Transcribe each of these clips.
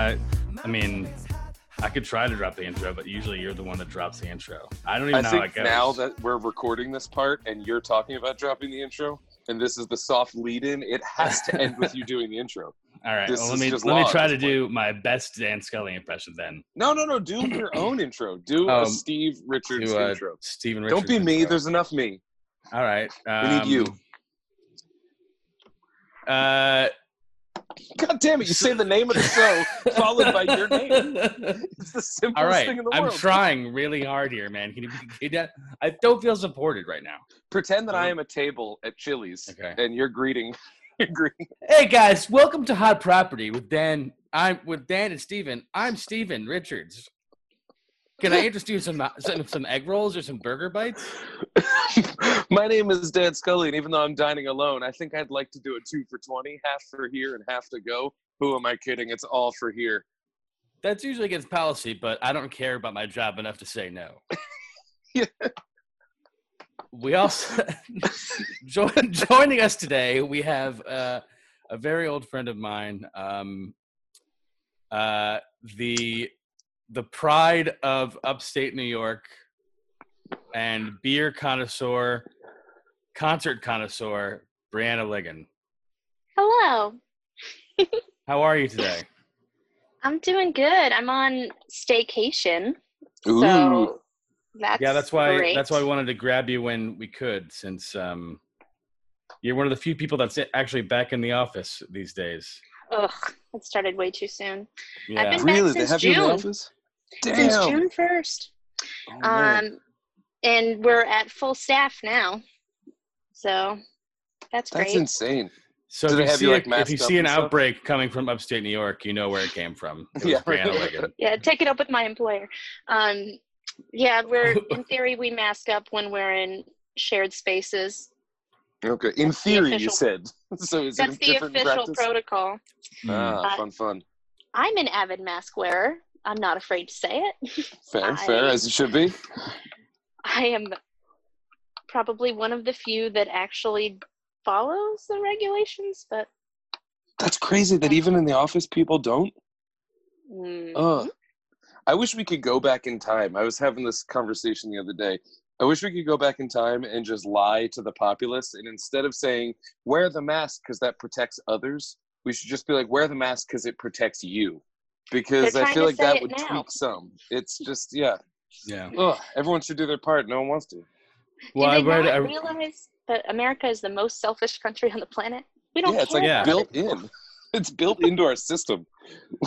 I mean, Uh, I could try to drop the intro, but usually you're the one that drops the intro. I don't even know I how it think goes. now that we're recording this part and you're talking about dropping the intro, and this is the soft lead in, it has to end with you doing the intro. All right, this well, is let me just let me law at try this to do point. my best Dan Scully impression then. No, no, no. Do your own intro. Do Um, a Steve Richards Do, uh, intro. Steven Don't Richards be me. intro. There's enough me. All right. We need um, you. Uh, God damn it. You say the name of the show followed by your name. It's the simplest All right. thing in the I'm world. trying really hard here, man. Can you, can you- I don't feel supported right now. Pretend that I am a table at Chili's Okay. and you're greeting. You're greeting. Hey guys, welcome to Hot Property with Dan. I'm with Dan and Steven. I'm Steven Richards. Can I interest you in some some, some egg rolls or some burger bites? My name is Dan Scully, and even though I'm dining alone, I think I'd like to do a two for 20, half for here and half to go. Who am I kidding? It's all for here. That's usually against policy, but I don't care about my job enough to say no. Yeah. we also join, joining us today. We have uh, a very old friend of mine, um, uh, the the pride of upstate New York and beer connoisseur, concert connoisseur, Brianna Ligon. Hello. How are you today? I'm doing good. I'm on staycation. Ooh. So that's yeah that's why great. that's why we wanted to grab you when we could since um you're one of the few people that's actually back in the office these days Ugh, it started way too soon. yeah been- Really? Really? They Since have you in the June. office? Damn. Since June first. Oh, man. Um and we're at full staff now. So that's, That's great. insane. so do if they you, have see, you, a- like, if masked you up see an and stuff? outbreak coming from upstate new york you know where it came from It was Yeah. Brianna Ligon. yeah, take it up with my employer. Um yeah, we're in theory we mask up when we're in shared spaces. Okay. In the theory, you official- said. So is That's it the different in official practice? protocol. Mm. Ah, Uh, fun, fun. I'm an avid mask wearer. I'm not afraid to say it. Fair, fair, I- as it should be. I am probably one of the few that actually follows the regulations, but That's crazy that even in the office, people don't. mm, Uh, Ugh. Uh, I wish we could go back in time. I was having this conversation the other day. I wish we could go back in time and just lie to the populace. And instead of saying, wear the mask because that protects others, we should just be like, wear the mask because it protects you. Because They're I trying feel to like say that it would now. tweak some. It's just, yeah. yeah Ugh, everyone should do their part. No one wants to. well do i they read not I, realize that America is the most selfish country on the planet? We don't Yeah, it's care. like Yeah. built in. It's built into our system.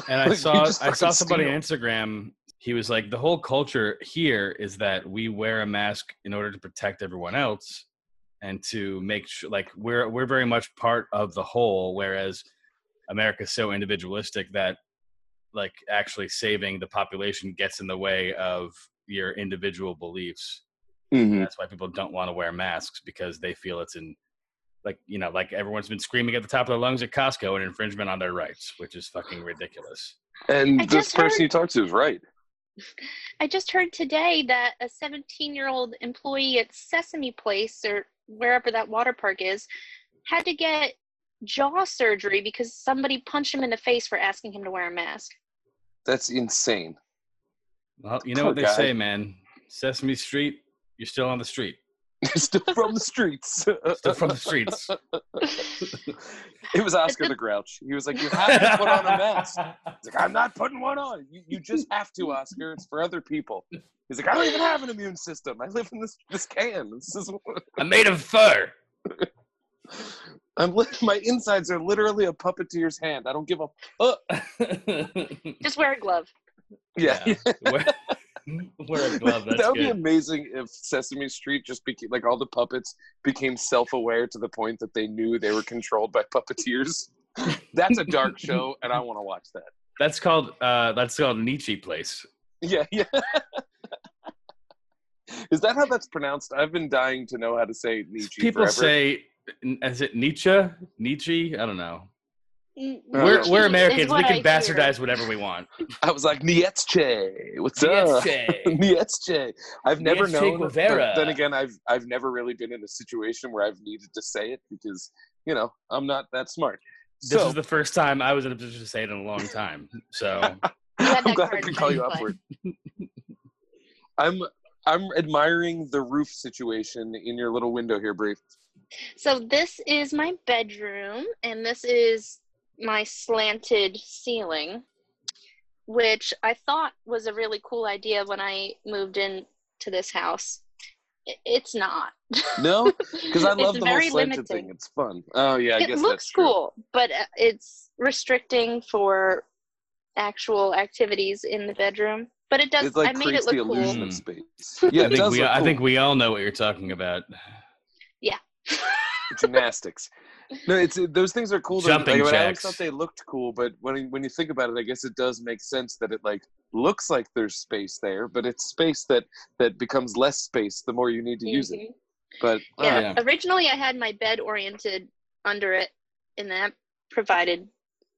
and Like, i we saw just i saw fucking somebody steal. on instagram he was like the whole culture here is that we wear a mask in order to protect everyone else and to make sure like we're we're very much part of the whole whereas america's so individualistic that like actually saving the population gets in the way of your individual beliefs Mm. that's why people don't want to wear masks because they feel it's in like you know like everyone's been screaming at the top of their lungs at costco an infringement on their rights which is fucking ridiculous And I this just person heard- you talk to is right. I just heard today that a 17 year old employee at Sesame Place or wherever that water park is had to get jaw surgery because somebody punched him in the face for asking him to wear a mask. That's insane. Well, you know Poor what they guy. say, man. Sesame Street, you're still on the street. Still from the streets. Still from the streets. it was Oscar the- the Grouch. He was like, "You have to put on a mask." He's like, "I'm not putting one on. You, you just have to, Oscar. It's for other people." He's like, "I don't even have an immune system. I live in this this can. This is I'm made of fur. I'm li- my insides are literally a puppeteer's hand. I don't give a Just wear a glove. yeah." Wear, wear a glove. That's that would be good. amazing if Sesame Street just became like all the puppets became self-aware to the point that they knew they were controlled by puppeteers. That's a dark show, and I want to watch that. That's called uh, that's called Nietzsche Place. Yeah, yeah. Is that how that's pronounced? I've been dying to know how to say Nietzsche People forever. say, is it Nietzsche? Nietzsche? I don't know. N- Uh, We're, Nietzsche we're is Americans. We what can I hear. bastardize whatever we want. I was like Nietzsche. What's up? Nietzsche. Nietzsche. I've never Nietzsche known. but Guevara. Then again, I've I've never really been in a situation where I've needed to say it because you know I'm not that smart. This so is the first time I was in a position to say it in a long time. So had I'm that glad I card could in call you front of upward. I'm I'm admiring the roof situation in your little window here, Brief. So this is my bedroom, and this is my slanted ceiling, which I thought was a really cool idea when I moved into this house. I- It's not. No, because I It's love the whole very slanted limiting. thing. It's fun. Oh yeah, I it guess looks that's true. cool, but uh, it's restricting for actual activities in the bedroom. But it does. It like I made it creates look the cool. illusion of space. Yeah, Hmm. I it think does we look I cool. think we all know what you're talking about. gymnastics. No, it's it- those things are cool. to- Jumping like, when I always jacks. thought they looked cool, but when you- when you think about it, I guess it does make sense that it like looks like there's space there, but it's space that that becomes less space the more you need to use it. Mhm. But uh, all yeah. right. yeah. Originally, I had my bed oriented under it, and that provided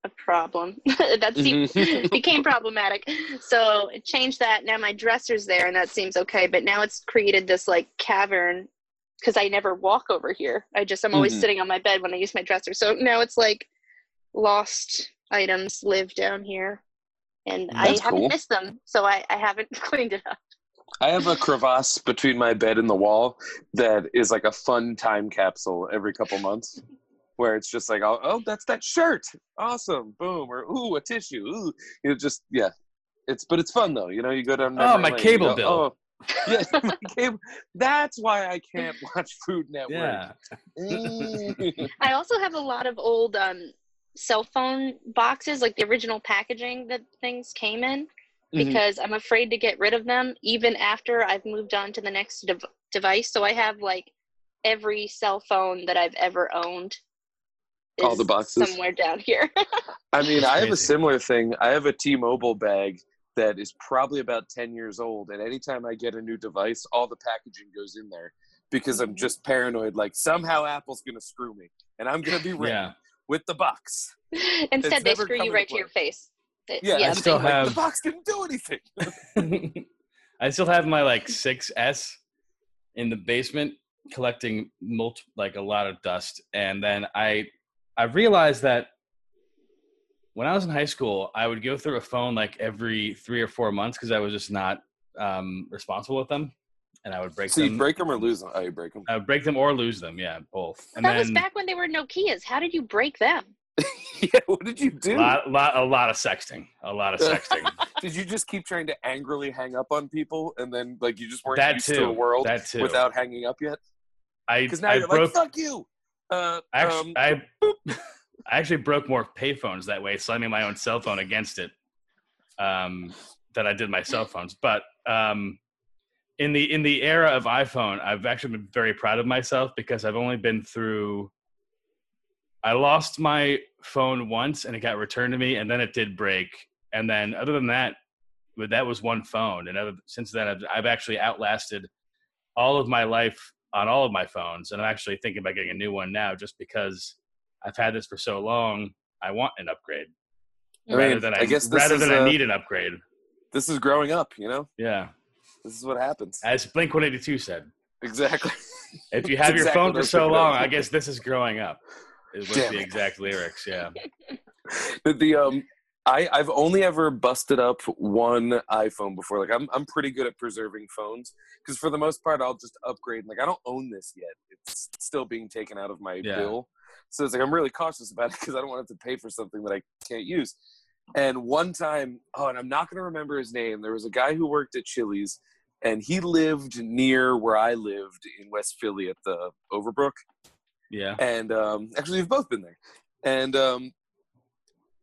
a problem. that seemed, Mhm. became problematic. So it changed that. Now my dresser's there, and that seems okay. But now it's created this like cavern because I never walk over here. I just I'm always Mhm. sitting on my bed when I use my dresser. So now it's like lost items live down here. And I That's haven't cool. missed them, so I, I haven't cleaned it up. I have a crevasse between my bed and the wall that is like a fun time capsule every couple months, where it's just like, oh, oh that's that shirt, awesome, boom, or ooh, a tissue, ooh, you know, just yeah, it's but it's fun though, you know, you go down. Oh, memory my lane, you cable go, bill. Oh, yeah, my cable. That's why I can't watch Food Network. Yeah. Mm. I also have a lot of old um, cell phone boxes, like the original packaging that things came in, Eh. Mm-hmm. because I'm afraid to get rid of them even after I've moved on to the next dev- device. So I have like every cell phone that I've ever owned. All the is boxes? somewhere down here. I mean, That's I have a crazy. similar thing. I have a T-Mobile bag that is probably about 10 years old, and anytime I get a new device, all the packaging goes in there because I'm Mhm. just paranoid. Like somehow Apple's gonna screw me, and I'm gonna be wrecked Yeah. with the box. Instead, they never screw come you into right to play. your face. It- Yeah, I it's still like, the have- box didn't do anything. I still have my like 6S in the basement collecting multi- like a lot of dust and then I I realized that when I was in high school I would go through a phone like every 3 or 4 months cuz I was just not um responsible with them and I would break So you them break them or lose them? Oh, you break them. I would break them or lose them yeah both and that then was back when they were Nokias. How did you break them? yeah. What did you a do? lot, lot a lot of sexting a lot of sexting Did you just keep trying to angrily hang up on people, and then like you just weren't that used too to a world that too without hanging up yet? I Because now I you're broke like, "Fuck you." Uh, Actually, um, I, I actually broke more payphones that way, slamming my own cell phone against it, um, than I did my cell phones. But um, in the in the era of iPhone, I've actually been very proud of myself because I've only been through. I lost my phone once, and it got returned to me, and then it did break. And then, other than that, but that was one phone. And other, since then, I've, I've actually outlasted all of my life on all of my phones. And I'm actually thinking about getting a new one now just because I've had this for so long. I want an upgrade I rather mean, than I, I guess this rather is than a- I need an upgrade. this is growing up, you know? Yeah. This is what happens. As Blink 182 said, Exactly. if you have your Exactly phone what I for was so thinking of. long, I guess this is growing up. Is was Damn the it. exact lyrics. Yeah. The, the, um I I've only ever busted up one iPhone before. Like I'm I'm pretty good at preserving phones cuz for the most part I'll just upgrade. Like I don't own this yet. It's still being taken out of my Yeah. bill. So it's like I'm really cautious about it cuz I don't want to have to pay for something that I can't use. And one time, oh, and I'm not going to remember his name. There was a guy who worked at Chili's and he lived near where I lived in West Philly at the Overbrook. Yeah. and um, actually we've both been there and um,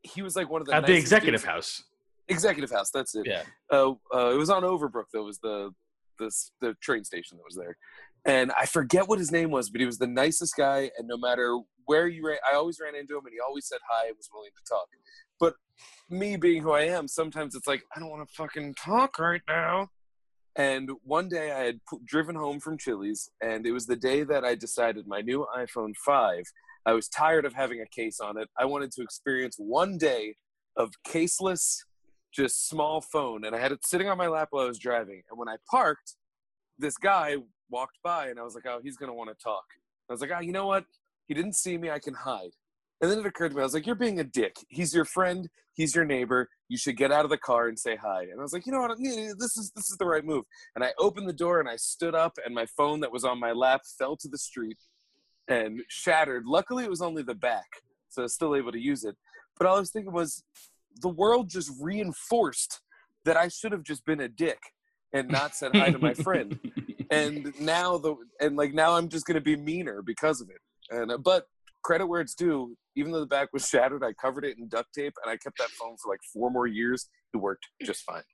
he was like one of the At the nicest executive dudes- house. executive house that's it Yeah. uh, uh, it was on overbrook that was the, the s- the train station that was there and i forget what his name was but he was the nicest guy and no matter where you ran i always ran into him and he always said hi and was willing to talk but me being who i am sometimes it's like i don't want to fucking talk right now and one day I had p- driven home from Chili's, and it was the day that I decided my new iPhone 5. I was tired of having a case on it. I wanted to experience one day of caseless, just small phone. And I had it sitting on my lap while I was driving. And when I parked, this guy walked by, and I was like, oh, he's going to want to talk. I was like, oh, you know what? He didn't see me. I can hide. And then it occurred to me, I was like, you're being a dick. He's your friend. He's your neighbor. You should get out of the car and say hi. And I was like, you know what? eh, This is this is the right move. And I opened the door and I stood up, and my phone that was on my lap fell to the street and shattered. Luckily, it was only the back, so I was still able to use it. But all I was thinking was, the world just reinforced that I should have just been a dick and not said hi to my friend and now the and like now I'm just gonna be meaner because of it. And uh, but credit where it's due, even though the back was shattered, I covered it in duct tape and I kept that phone for like four more years. It worked just fine.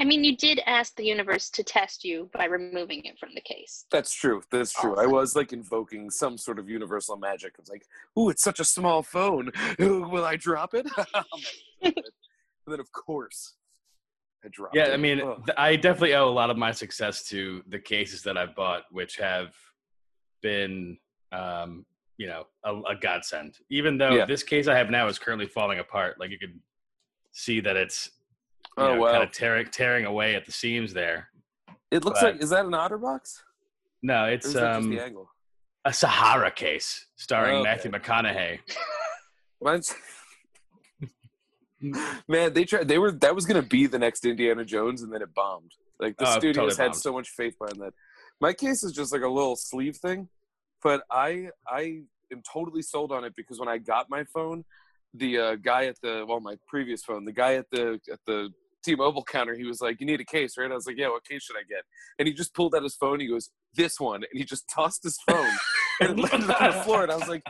I mean, you did ask the universe to test you by removing it from the case. That's true. That's Oh, true. I was like invoking some sort of universal magic. I was like, "Ooh, it's such a small phone. Ooh, will I drop it?" I'm like, "Drop it." and then of course, I dropped. yeah it. i mean Ugh. th- i definitely owe a lot of my success to the cases that i've bought which have been um you know a, a godsend even though Yeah. this case i have now is currently falling apart like you can see that it's you oh know, wow! kind of tearing tearing away at the seams there it looks but- like is that an OtterBox? no Or is it's that just um the angle? a sahara case starring Okay. matthew mcconaughey Mine's man, they tried. They were that was gonna be the next Indiana Jones, and then it bombed. Like the Oh, it studios totally had bombed. so much faith behind that. My case is just like a little sleeve thing, but I I am totally sold on it because when I got my phone, the uh, guy at the well, my previous phone, the guy at the at the T-Mobile counter, he was like, "You need a case, right?" I was like, "Yeah, what case should I get?" And he just pulled out his phone. He goes, "This one," and he just tossed his phone and it landed on the floor. And I was like,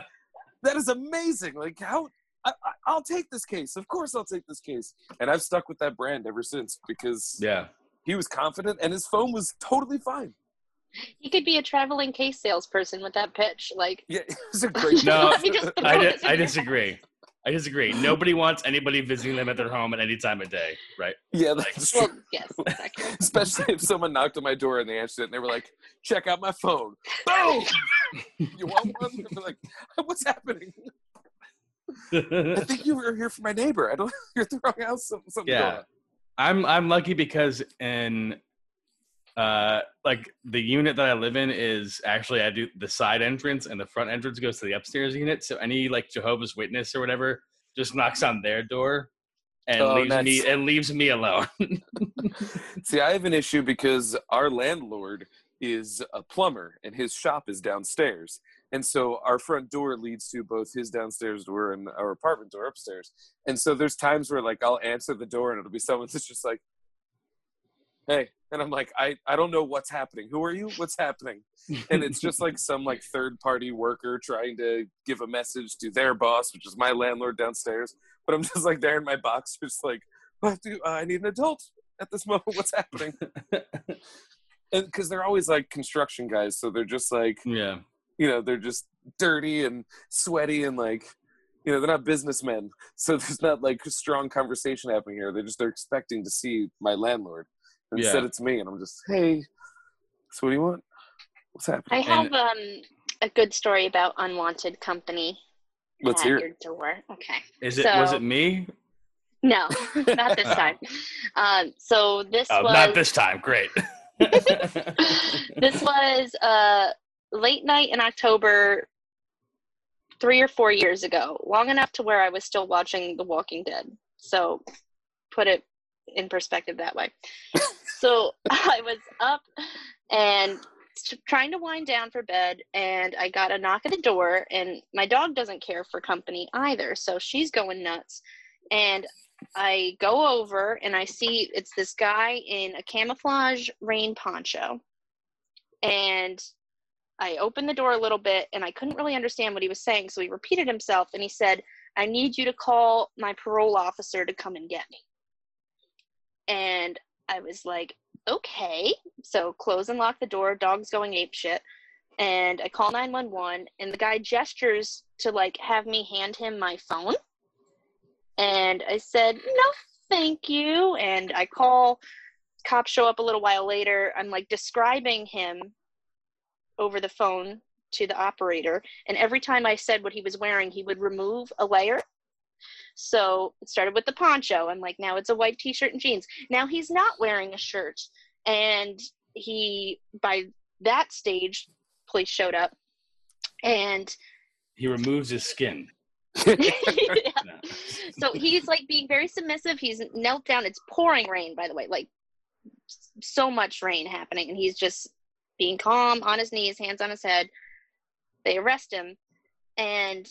"That is amazing! Like how." I, I- I'll take this case. Of course, I'll take this case. And I've stuck with that brand ever since because yeah he was confident and his phone was totally fine. You could be a traveling case salesperson with that pitch. Like, Yeah, it was a great. No, Let me just throw I, di- this in I your- disagree. I disagree. Nobody wants anybody visiting them at their home at any time of day, right? yeah, that's true. Well, yes, exactly. Especially if someone knocked on my door and they answered it and they were like, "Check out my phone." Boom. you want one? And they're like, "What's happening?" I think you were here for my neighbor. I don't. You're throwing out some, something. Yeah. going on. I'm I'm lucky because in uh like the unit that I live in is actually I do the side entrance and the front entrance goes to the upstairs unit. So any like Jehovah's Witness or whatever just knocks on their door and Oh, leaves me nice. and leaves me alone. See, I have an issue because our landlord is a plumber and his shop is downstairs. And so our front door leads to both his downstairs door and our apartment door upstairs. And so there's times where like I'll answer the door and it'll be someone that's just like, Hey. And I'm like, I, I don't know what's happening. Who are you? What's happening? And it's just like some like third party worker trying to give a message to their boss, which is my landlord downstairs. But I'm just like there in my box, just like, what do uh, I need an adult at this moment? What's happening? and because they're always like construction guys, so they're just like yeah. you know they're just dirty and sweaty and like you know they're not businessmen, so there's not like strong conversation happening here. They're just they're expecting to see my landlord. And Instead, Yeah. it's me, and I'm just hey, so what do you want? What's happening? I have And- um, a good story about unwanted company Let's at hear it. your door. Okay. Is it was So- it me? No, not this time. Um, so this Oh, was not this time. Great. this was uh, late night in October, three or four years ago, long enough to where I was still watching The Walking Dead. So put it in perspective that way. so I was up and s- trying to wind down for bed, and I got a knock at the door, and my dog doesn't care for company either, so she's going nuts. And I go over and I see it's this guy in a camouflage rain poncho. And I opened the door a little bit and I couldn't really understand what he was saying. So he repeated himself and he said, I need you to call my parole officer to come and get me. And I was like, okay. So close and lock the door. Dog's going apeshit. And I call 911 and the guy gestures to like have me hand him my phone. And I said, no, thank you. And I call, cops show up a little while later. I'm like describing him over the phone to the operator. And every time I said what he was wearing, he would remove a layer. So it started with the poncho. I'm like, now it's a white t shirt and jeans. Now he's not wearing a shirt. And he, by that stage, police showed up. And he removes his skin. Yeah. So he's like being very submissive. He's knelt down. It's pouring rain, by the way, like s- so much rain happening. And he's just being calm, on his knees, hands on his head. They arrest him and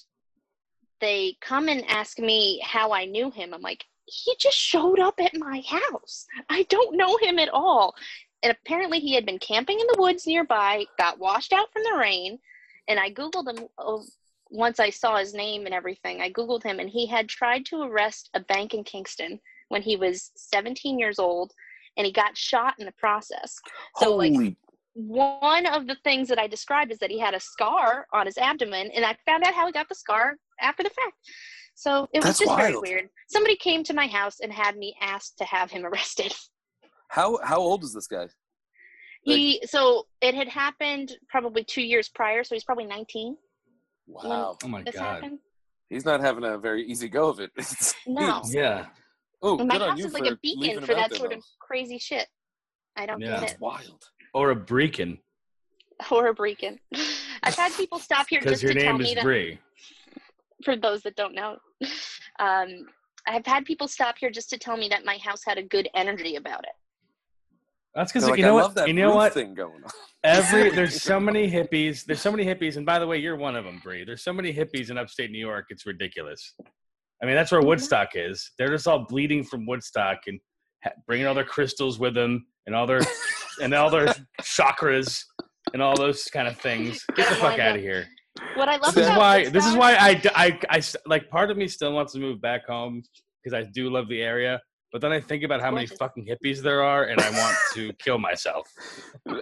they come and ask me how I knew him. I'm like, he just showed up at my house. I don't know him at all. And apparently, he had been camping in the woods nearby, got washed out from the rain. And I Googled him oh, once I saw his name and everything, I Googled him, and he had tried to arrest a bank in Kingston when he was 17 years old, and he got shot in the process. So, like, Holy One of the things that I described is that he had a scar on his abdomen, and I found out how he got the scar after the fact. So it That's was just very wild. weird. Somebody came to my house and had me asked to have him arrested. How how old is this guy? He so it had happened probably two years prior, so he's probably 19. Wow. oh my This god. happened. He's not having a very easy go of it. No. Yeah. Oh, And my good on house you is like a for leaving beacon him for out that there, sort though. of crazy shit. I don't Yeah. get That's it. wild. Or a Breakin Or a beacon. I've had people stop here because just your to tell name me is that. Bree. for those that don't know, um, I've had people stop here just to tell me that my house had a good energy about it. That's They're because like, you I know love what? that You know roof what? thing going on. Every there's so many hippies. There's so many hippies, and by the way, you're one of them, Bree. There's so many hippies in upstate New York. It's ridiculous. I mean, that's where Woodstock is. They're just all bleeding from Woodstock and ha- bringing all their crystals with them and all their and all their chakras and all those kind of things. Get the fuck out of here. What I love This is about why. This is Woodstock- why I, d- I- I s- like. Part of me still wants to move back home because I do love the area. But then I think about how many Gorgeous. fucking hippies there are, and I want to kill myself.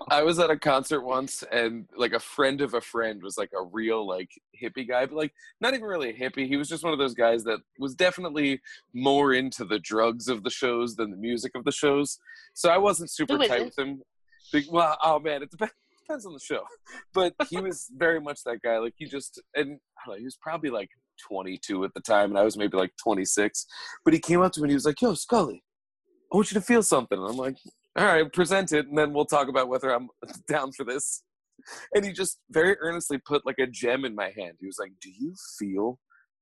I was at a concert once, and like a friend of a friend was like a real like hippie guy, but like not even really a hippie. He was just one of those guys that was definitely more into the drugs of the shows than the music of the shows. So I wasn't super Who is tight it? with him. Be- Well, oh man, it depends. Depends on the show, but he was very much that guy. Like he just, and I don't know, he was probably like 22 at the time, and I was maybe like 26. But he came up to me and he was like, "Yo, Scully, I want you to feel something." And I'm like, all right, present it, and then we'll talk about whether I'm down for this. And he just very earnestly put like a gem in my hand. He was like, Do you feel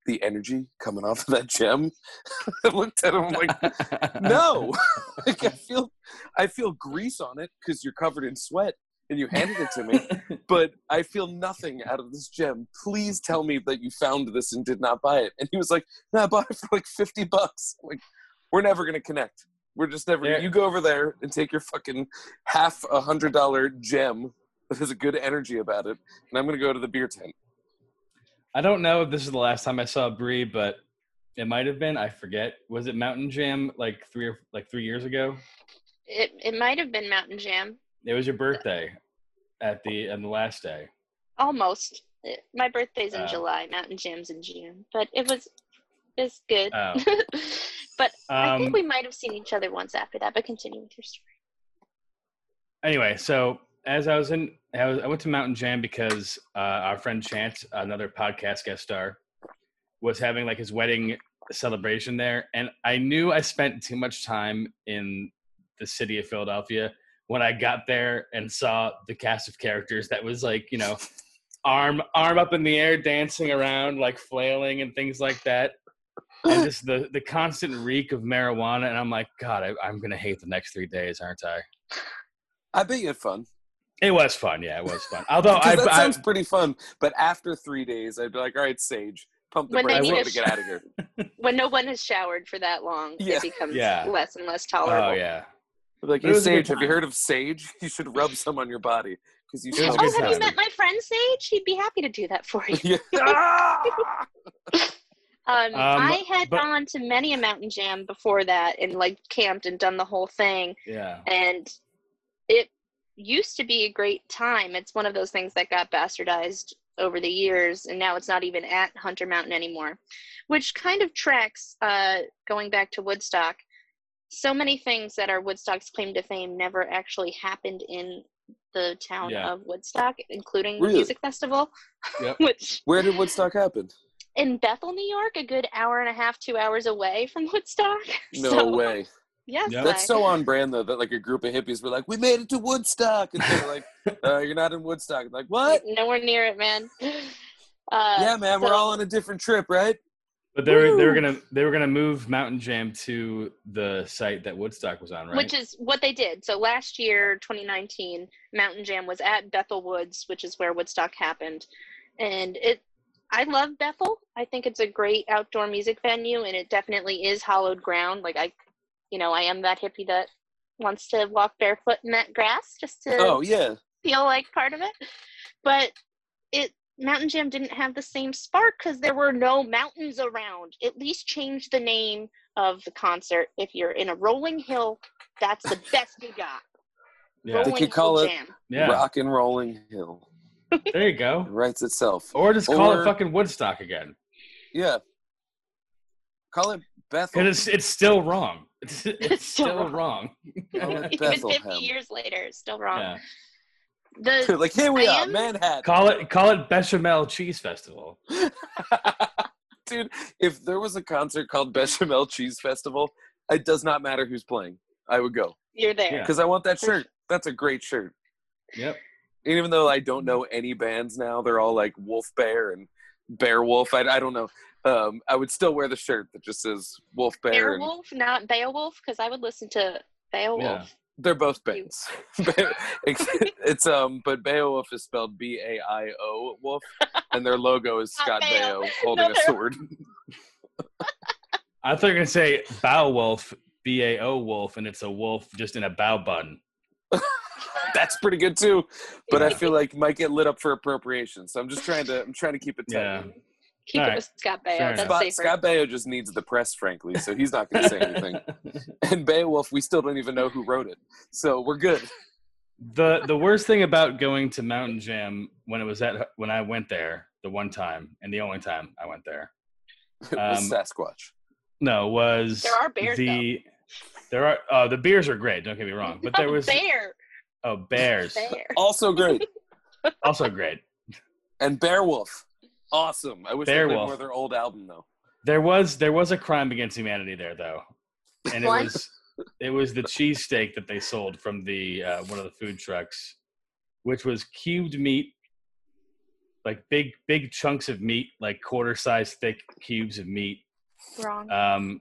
the energy coming off of that gem? I looked at him I'm like, No. like I feel I feel grease on it because you're covered in sweat and you handed it to me. but I feel nothing out of this gem. Please tell me that you found this and did not buy it. And he was like, No, I bought it for like fifty bucks. I'm Like, we're never gonna connect. We're just never There- you go over there and take your fucking half a hundred dollar gem that has a good energy about it, and I'm gonna go to the beer tent. I don't know if this is the last time I saw Bree, but it might have been. I forget. Was it Mountain Jam like three or like three years ago? It, it might have been Mountain Jam, It was your birthday at the and the last day. almost. It- my birthday's in Oh. July. Mountain Jam's in June, but it was it's good. Oh. but I Um, think we might have seen each other once after that. But continue with your story. anyway, so as I was in, I, was, I went to Mountain Jam because uh, our friend Chance, another podcast guest star, was having like his wedding celebration there, and I knew I spent too much time in the city of Philadelphia when I got there and saw the cast of characters that was like you know. Arm arm up in the air, dancing around, like flailing and things like that, and just the the constant reek of marijuana. And I'm like, God, I, I'm gonna hate the next three days, aren't I? I bet you had fun. It was fun. Yeah, it was fun. Although Oh, I, Because that I, sounds pretty fun. But after three days, I'd be like, all right, Sage, pump the When they brakes. need We're a going to get out of here. When no one has showered for that long, Yeah. it becomes Yeah. less and less oh tolerable. yeah, I'd be like, It hey, was a good Sage, have you time. heard of Sage? You should rub some on your body because you It was a smell Oh, good have you time. met my friend Sage? He'd be happy to do that for you. Yeah. Ah! Um, Um, I had but- gone to many a mountain jam before that and like camped and done the whole thing. yeah. And it used to be a great time. It's one of those things that got bastardized over the years. And now it's not even at Hunter Mountain anymore, which kind of tracks uh, going back to Woodstock. So many things that are Woodstock's claim to fame never actually happened in the town Yeah. of Woodstock, including Really? the music festival, Yep. which Where did Woodstock happen? in Bethel, New York, a good hour and a half, two hours away from Woodstock. No So, way. Yes, Yep. That's I- so on brand, though, that like a group of hippies were like, we made it to Woodstock. And they're like, uh, you're not in Woodstock. I'm like, what? nowhere near it, man. Uh, yeah, man, so- we're all on a different trip, right? But they were, they Woo. were gonna they were gonna move Mountain Jam to the site that Woodstock was on, right? Which is what they did. So last year, 2019, Mountain Jam was at Bethel Woods, which is where Woodstock happened. And it I love Bethel. I think it's a great outdoor music venue and it definitely is hollowed ground. Like I you know, I am that hippie that wants to walk barefoot in that grass just to Oh yeah, feel like part of it. But it Mountain Jam didn't have the same spark because there were no mountains around. At least change the name of the concert. If you're in a rolling hill, that's the best you got. yeah, They Rolling could call Hill it- Jam. yeah. rock and rolling hill There you It go. writes itself. Or just call Or- it fucking Woodstock again, Yeah, call it Bethel. because it's it's still wrong. It's, it's still still wrong. wrong. Call it Even 50 Bethlehem. years later, it's still wrong. Yeah. The like here we I are, am- Manhattan. Call it call it Bechamel Cheese Festival. Dude, if there was a concert called Bechamel Cheese Festival, it does not matter who's playing. I would go you're there. Yeah. because I want that shirt. That's a great shirt. Yep. And even though I don't know any bands now, they're all like Wolf Bear and Bear Wolf. I, I don't know. Um, I would still wear the shirt that just says Wolf Bear. And Beowulf, not Beowulf, because I would listen to Beowulf. Yeah. they're both bands. it's um, but Beowulf is spelled B A I O Wolf, and their logo is Not Scott Baio. Baio holding a they're- sword. I thought you were gonna say Bow Wolf, B A O Wolf, and it's a wolf just in a bow bun. that's pretty good too. But I feel like might get lit up for appropriation. So I'm just trying to I'm trying to keep it tight. Yeah. Keep it Alright. with Scott Fair Baio. That's enough. Scott, safer. Scott Baio just needs the press, frankly, so he's not going to say anything. And Beowulf, we still don't even know who wrote it, so we're good. the the worst thing about going to Mountain Jam when it was at when I went there the one time and the only time I went there. It was Um, Sasquatch. no, was There are bears, The there are uh, the beers are great. Don't get me wrong, but there was bear. oh bears Bear. Also great, also great. and Beowulf, awesome. I wish they played Beowulf. more of their old album though. There was there was a crime against humanity there though, and it What? was it was the cheesesteak that they sold from the uh, one of the food trucks, which was cubed meat, like big big chunks of meat, like quarter size thick cubes of meat, Wrong. um,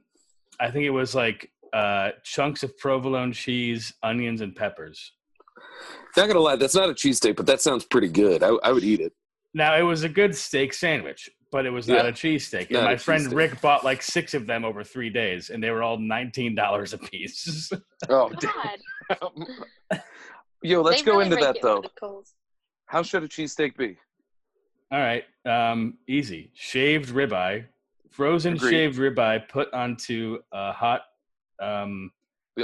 I think it was like uh, chunks of provolone cheese, onions, and peppers. Not gonna lie, that's not a cheesesteak, but that sounds pretty good. I, I would eat it. Now it was a good steak sandwich, but it was not Yeah. a cheesesteak. And Not my a friend cheesesteak. Rick bought like six of them over three days, and they were all nineteen dollars a piece. Oh, God. damn. Yo, let's They go really into rake that it though. with the coals. How should a cheesesteak be? all right, um, easy. Shaved ribeye, frozen Agreed. shaved ribeye, put onto a hot. Um,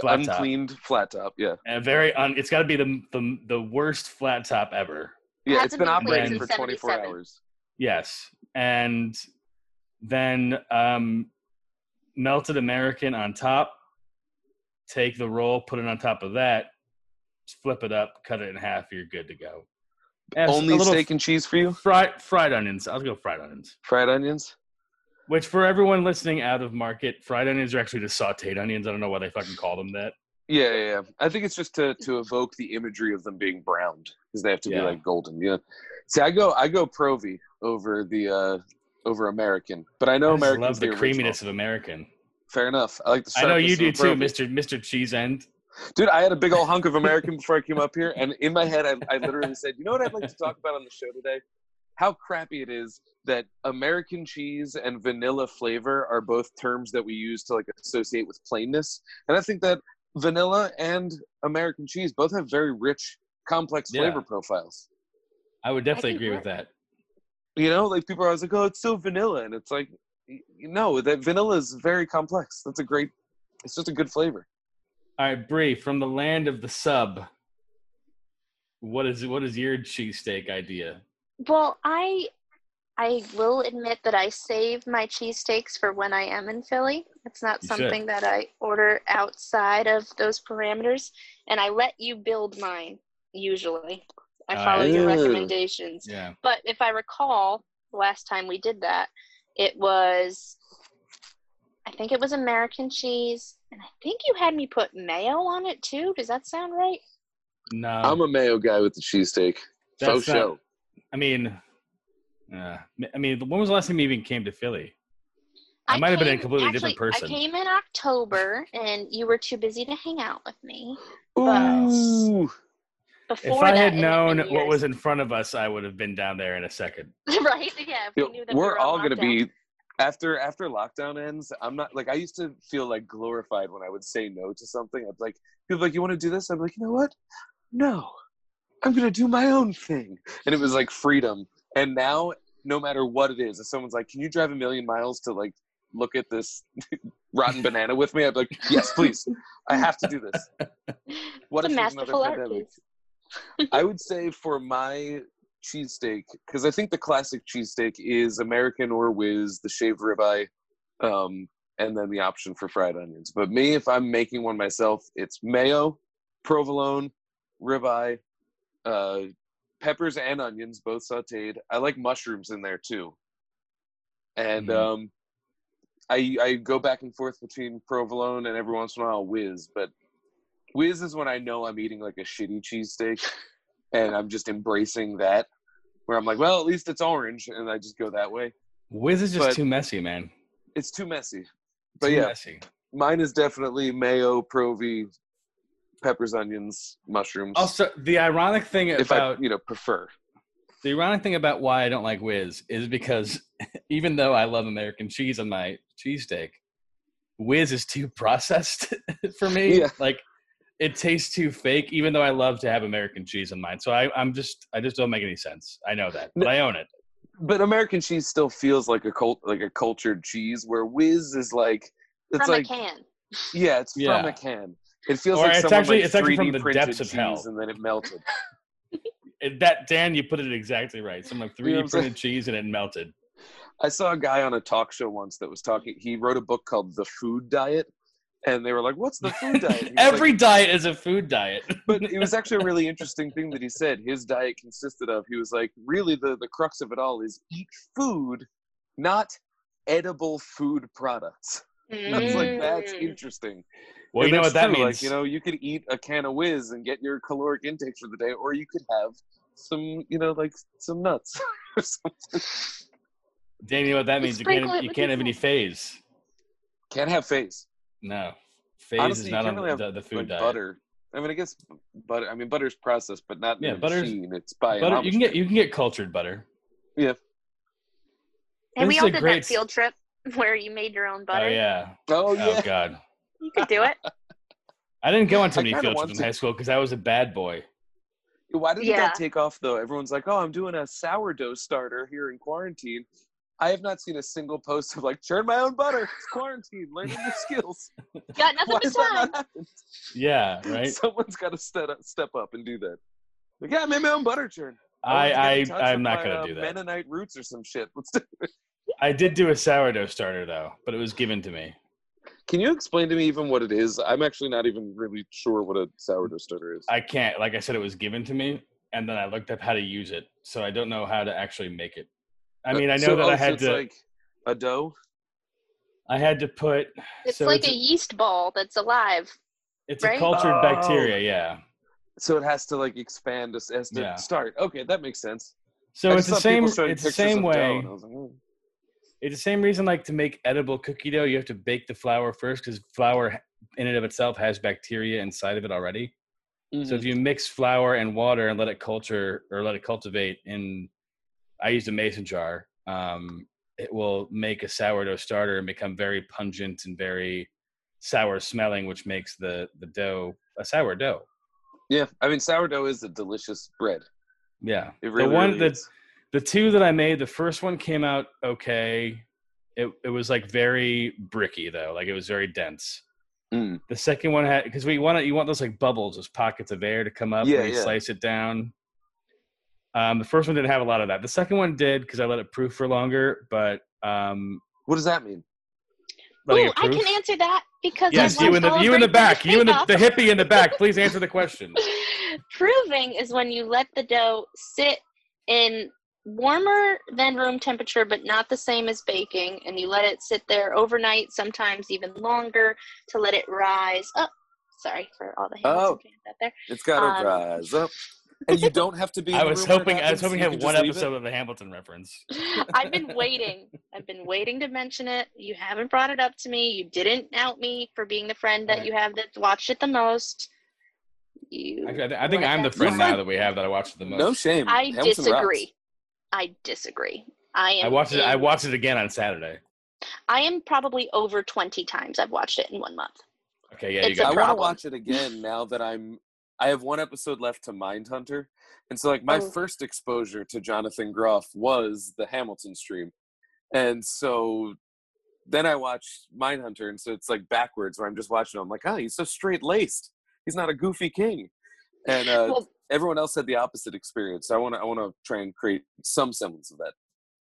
Flat top. Uncleaned flat top. Yeah, a very un- it's got to be the, the the worst flat top ever. yeah. Hasn't It's been been cleaned operating for since 24 77. hours. Yes. And then um, melted American on top. Take the roll, put it on top of that, flip it up, cut it in half, you're good to go. And a Only little steak and cheese for you? fried fried onions. I'll go fried onions. Fried onions? Which for everyone listening out of market, fried onions are actually just sauteed onions. I don't know why they fucking call them that. Yeah, yeah, yeah. I think it's just to to evoke the imagery of them being browned because they have to Yeah. be like golden. Yeah. See, I go I go Provy over the uh over American, but I know I just Americans love the original. creaminess of American. Fair enough. I like the. I know you do sharpness too, of a Provy. Mr. Mr. Cheese End. Dude, I had a big old hunk of American before I came up here, and in my head, I, I literally said, "You know what I'd like to talk about on the show today? How crappy it is that American cheese and vanilla flavor are both terms that we use to like associate with plainness." And I think that vanilla and American cheese both have very rich, complex Yeah. flavor profiles. I would definitely can agree with that. work. You know, like people are always like, "Oh, it's so vanilla," and it's like, y- no, that vanilla is very complex. That's a great. It's just a good flavor. All right, Bree, from the land of the sub, what is what is your cheesesteak idea? Well, I I will admit that I save my cheesesteaks for when I am in Philly. It's not You should. something that I order outside of those parameters, and I let you build mine usually. I All follow right. your Ooh. recommendations. Yeah. But if I recall, the last time we did that, it was I think it was American cheese, and I think you had me put mayo on it too. Does that sound right? No. I'm a mayo guy with the cheesesteak. Faux not- show. I mean, uh, I mean, when was the last time you even came to Philly? I might have been a came- completely actually, different person. I came in October, and you were too busy to hang out with me. Ooh. Before If I that, had it been known what years. was in front of us, I would have been down there in a second. right, yeah, if You we know, knew that we we're were on all going to lockdown. be after after lockdown ends. I'm not like I used to feel like glorified when I would say no to something. I'd like people like you want to do this. I'm like you know what? No, I'm going to do my own thing. And it was like freedom. And now no matter what it is, if someone's like, can you drive a million miles to like look at this rotten banana with me? I'd be like, yes, please. I have to do this. What it's if there's another a masterful art pandemic? piece. I would say for my cheesesteak, because I think the classic cheesesteak is American or whiz, the shaved ribeye, um, and then the option for fried onions. But me, if I'm making one myself, it's mayo, provolone, ribeye, uh, peppers and onions, both sauteed. I like mushrooms in there too. And Mhm. um, I, I go back and forth between provolone and every once in a while whiz, but whiz is when I know I'm eating like a shitty cheesesteak and I'm just embracing that. Where I'm like, well, at least it's orange, and I just go that way. Wiz is just But- too messy, man. It's too messy. But Too yeah, messy. mine is definitely mayo, provi, peppers, onions, mushrooms. Also, the ironic thing if about I, you know, prefer. the ironic thing about why I don't like Whiz is because even though I love American cheese on my cheesesteak, Whiz is too processed for me. Yeah. Like it tastes too fake, even though I love to have American cheese on mine. So I, I'm just I just don't make any sense. I know that, but I own it. But American cheese still feels like a cult, like a cultured cheese, where whiz is like, it's From like, a can. yeah, it's from Yeah. a can. It feels Or like it's someone actually- like it's actually 3D from the printed depths of cheese hell. and then it melted. It- That Dan, you put it exactly right. Some like know what 3D I'm saying? printed cheese and it melted. I saw a guy on a talk show once that was talking. He wrote a book called The Food Diet, and they were like, "What's the food diet?" And he was like, Every diet is a food diet. but it was actually a really interesting thing that he said. His diet consisted of. He was like, "Really, the the crux of it all is eat food, not edible food products." I was like, "That's Mm. interesting." Well, And you know that's what that true. means. Like, you know, you could eat a can of Whiz and get your caloric intake for the day, or you could have some, you know, like some nuts. or something. Dan, you know what that Just means. You sprinkle can't it you with can't the have any salt. phase. Can't have face. No, phase Honestly, is you not can't on the, really have, the, the food like diet. butter. I mean, I guess butter. I mean, butter's processed, but not Yeah, in a butter's- machine. It's by butter an you can get you can get cultured butter. And we This is all a did great that s- field trip where you made your own butter. Oh yeah. Oh yeah, Oh god. You could do it. I didn't go on I too many kinda field want trips to. in high school because I was a bad boy. why didn't Yeah. that take off though? Everyone's like, "Oh, I'm doing a sourdough starter here in quarantine." I have not seen a single post of like, "Churn my own butter." It's quarantine. Learn new skills. Got nothing Why but is that time. not happening? Yeah, right. Someone's got to step up, step up and do that. Like, yeah, I made my own butter churn. I I wanted to get in touch I'm with not my, gonna uh, do that. Mennonite roots or some shit. Let's do. I did do a sourdough starter though, but it was given to me. Can you explain to me even what it is? I'm actually not even really sure what a sourdough starter is. I can't. Like I said, it was given to me, and then I looked up how to use it, so I don't know how to actually make it. I mean, I know So- that oh, I so had it's to. like a dough. I had to put. It's so like it's a yeast ball that's alive. It's right? a cultured Oh. bacteria. Yeah. So it has to like expand. It has to Yeah. start. Okay, that makes sense. So I it's just the saw same. people showing It's the pictures same of dough, way. and I was like, "Oh." It's the same reason, like to make edible cookie dough, you have to bake the flour first because flour in and of itself has bacteria inside of it already. So Mhm. if you mix flour and water and let it culture or let it cultivate in, I used a mason jar. Um, it will make a sourdough starter and become very pungent and very sour smelling, which makes the the dough a sour dough. yeah, I mean sourdough is a delicious bread. Yeah. It really, the one really that is. the two that I made, the first one came out okay. It it was like very bricky though, like it was very dense. Mm. The second one had because we want it, you want those like bubbles, those pockets of air to come up Yeah, when you yeah. slice it down. Um, the first one didn't have a lot of that. The second one did because I let it proof for longer, but um, What does that mean? letting Ooh, it I proof. can answer that because yes, I you in the you in the back, you in the, the hippie in the back. Please answer the question. Proving is when you let the dough sit in warmer than room temperature, but not the same as baking, and you let it sit there overnight, sometimes even longer, to let it rise up. Oh, Sorry for all the hands Oh. and fans out there. It's gotta Um, rise up. and you don't have to be. in I the was room when it hoping I was happens, hoping to you have can one just leave it. episode of the Hamilton reference. I've been waiting. I've been waiting to mention it. You haven't brought it up to me. You didn't out me for being the friend that Right. you have that's watched it the most. You, Actually, I, th- I think I'm the You're friend right. now that we have that I watched the most. No shame. I Hamilton rocks. disagree. I disagree. I am. I watched it. I in- watched it again on Saturday. I am probably over twenty times I've watched it in one month. Okay, yeah, you It's got I a me. want to problem. watch it again now that I'm. I have one episode left to Mindhunter, and so like my Oh. first exposure to Jonathan Groff was the Hamilton stream, and so then I watched Mindhunter, and so it's like backwards where I'm just watching. I'm like, oh, he's so straight laced. He's not a goofy king, and uh, Well, everyone else had the opposite experience. So I want to. I want to try and create some semblance of that.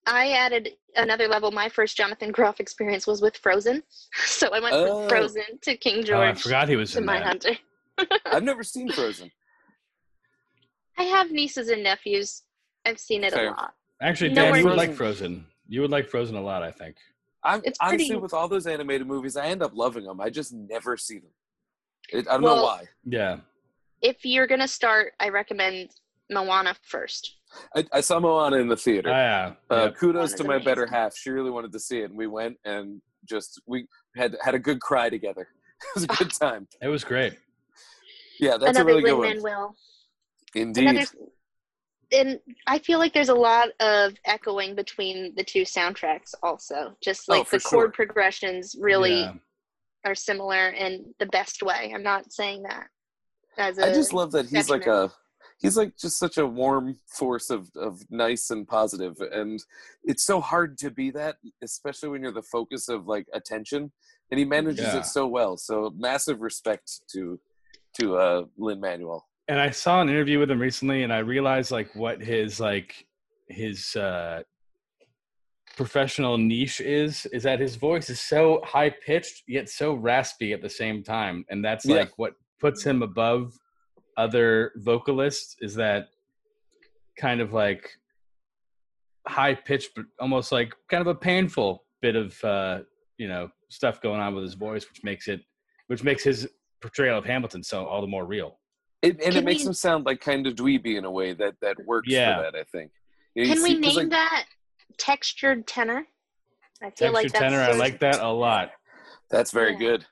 I added another level. My first Jonathan Groff experience was with Frozen, so I went Oh. from Frozen to King Oh, I George forgot he was to in that. Mindhunter. I've never seen Frozen. I have nieces and nephews. I've seen it Fair. a lot. Actually, No Dan, you would worries. like Frozen. You would like Frozen a lot, I think. I'm It's honestly pretty- with all those animated movies, I end up loving them. I just never see them. It, I don't know Well, why. Yeah, If you're gonna start, I recommend Moana first. I, I saw Moana in the theater. yeah. uh, Yep. Kudos Moana's to my better amazing. half. She really wanted to see it, and we went and just we had had a good cry together. it was a good time. It was great. Yeah, that's another a really good one. Manuel. Indeed. Another. And I feel like there's a lot of echoing between the two soundtracks, also. Just Oh, like for the chord sure. progressions really Yeah. are similar in the best way. I'm not saying that as a I just love that he's like detriment. a he's like just such a warm force of of nice and positive and it's so hard to be that especially when you're the focus of like attention and he manages Yeah. it so well so massive respect to to uh Lin Manuel and I saw an interview with him recently, and I realized like what his like his uh, professional niche is is that his voice is so high pitched yet so raspy at the same time, and that's Yeah. like what puts him above other vocalists is that kind of like high pitched, but almost like kind of a painful bit of uh, you know stuff going on with his voice, which makes it which makes his portrayal of Hamilton so all the more real. it, and it Can makes we- him sound like kind of dweeby in a way that that works Yeah. for that I think You Can we see- 'cause, name like, that textured tenor? I Texture feel like that's tenor, I sort of- like that a lot. that's very Yeah. good